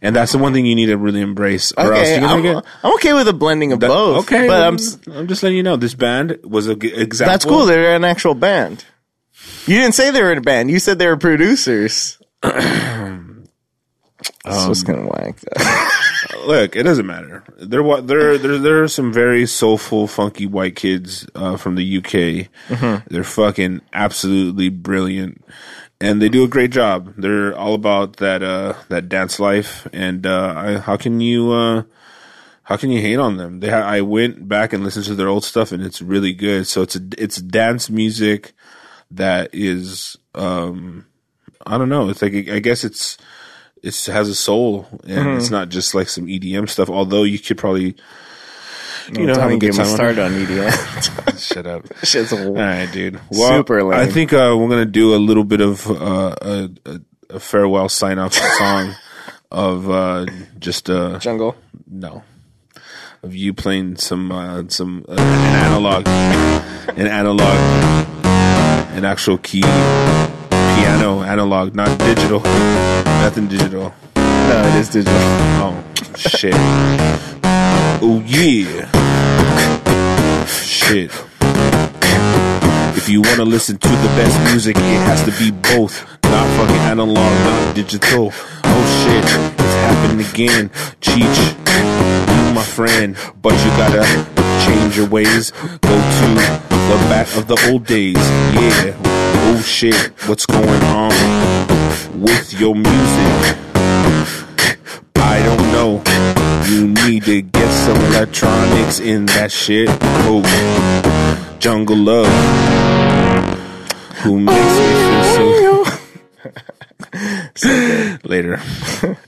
[SPEAKER 1] and that's the one thing you need to really embrace. Or else you're
[SPEAKER 2] Okay,
[SPEAKER 1] gonna
[SPEAKER 2] I'm,
[SPEAKER 1] get
[SPEAKER 2] I'm okay with a blending of
[SPEAKER 1] that-
[SPEAKER 2] both.
[SPEAKER 1] Okay,
[SPEAKER 2] but
[SPEAKER 1] well,
[SPEAKER 2] I'm s-
[SPEAKER 1] I'm, just letting you know this band was a g- example.
[SPEAKER 2] that's cool. They're an actual band. You didn't say they were in a band. You said they were producers. this was
[SPEAKER 1] Um,
[SPEAKER 2] kind of whack.
[SPEAKER 1] Look, it doesn't matter. There, wa- there, there, there are some very soulful, funky white kids uh, from the UK.
[SPEAKER 2] Mm-hmm.
[SPEAKER 1] They're fucking absolutely brilliant, and they do a great job. They're all about that uh, that dance life. And uh, I, how can you uh, how can you hate on them? They, ha- I went back and listened to their old stuff, and it's really good. So it's a, it's dance music that is, um, I don't know. It's like I guess it's it has a soul and it's not just like some EDM stuff. Although you could probably, you know, have a good
[SPEAKER 2] get
[SPEAKER 1] time.
[SPEAKER 2] me
[SPEAKER 1] on
[SPEAKER 2] started on EDM.
[SPEAKER 1] it. Shut up.
[SPEAKER 2] Shit's
[SPEAKER 1] All
[SPEAKER 2] a-
[SPEAKER 1] right, dude. Well,
[SPEAKER 2] Super lame.
[SPEAKER 1] I think uh, we're gonna do a little bit of uh, a, a, a farewell sign off song of uh, just uh,
[SPEAKER 2] jungle.
[SPEAKER 1] no of you playing some uh, some uh, an analog, an analog, an actual key piano analog, not digital, nothing digital.
[SPEAKER 2] No, it is digital.
[SPEAKER 1] Oh shit. Oh yeah. Shit. If you wanna listen to the best music, it has to be both. Not fucking analog, not digital. Oh shit, it's happened again. Cheech, you my friend, but you gotta change your ways. Go to the back of the old days. Yeah. Oh shit, what's going on with your music? I don't know. You need to get some electronics in that shit. Oh, Jungle Love. Who makes me feel so. Later.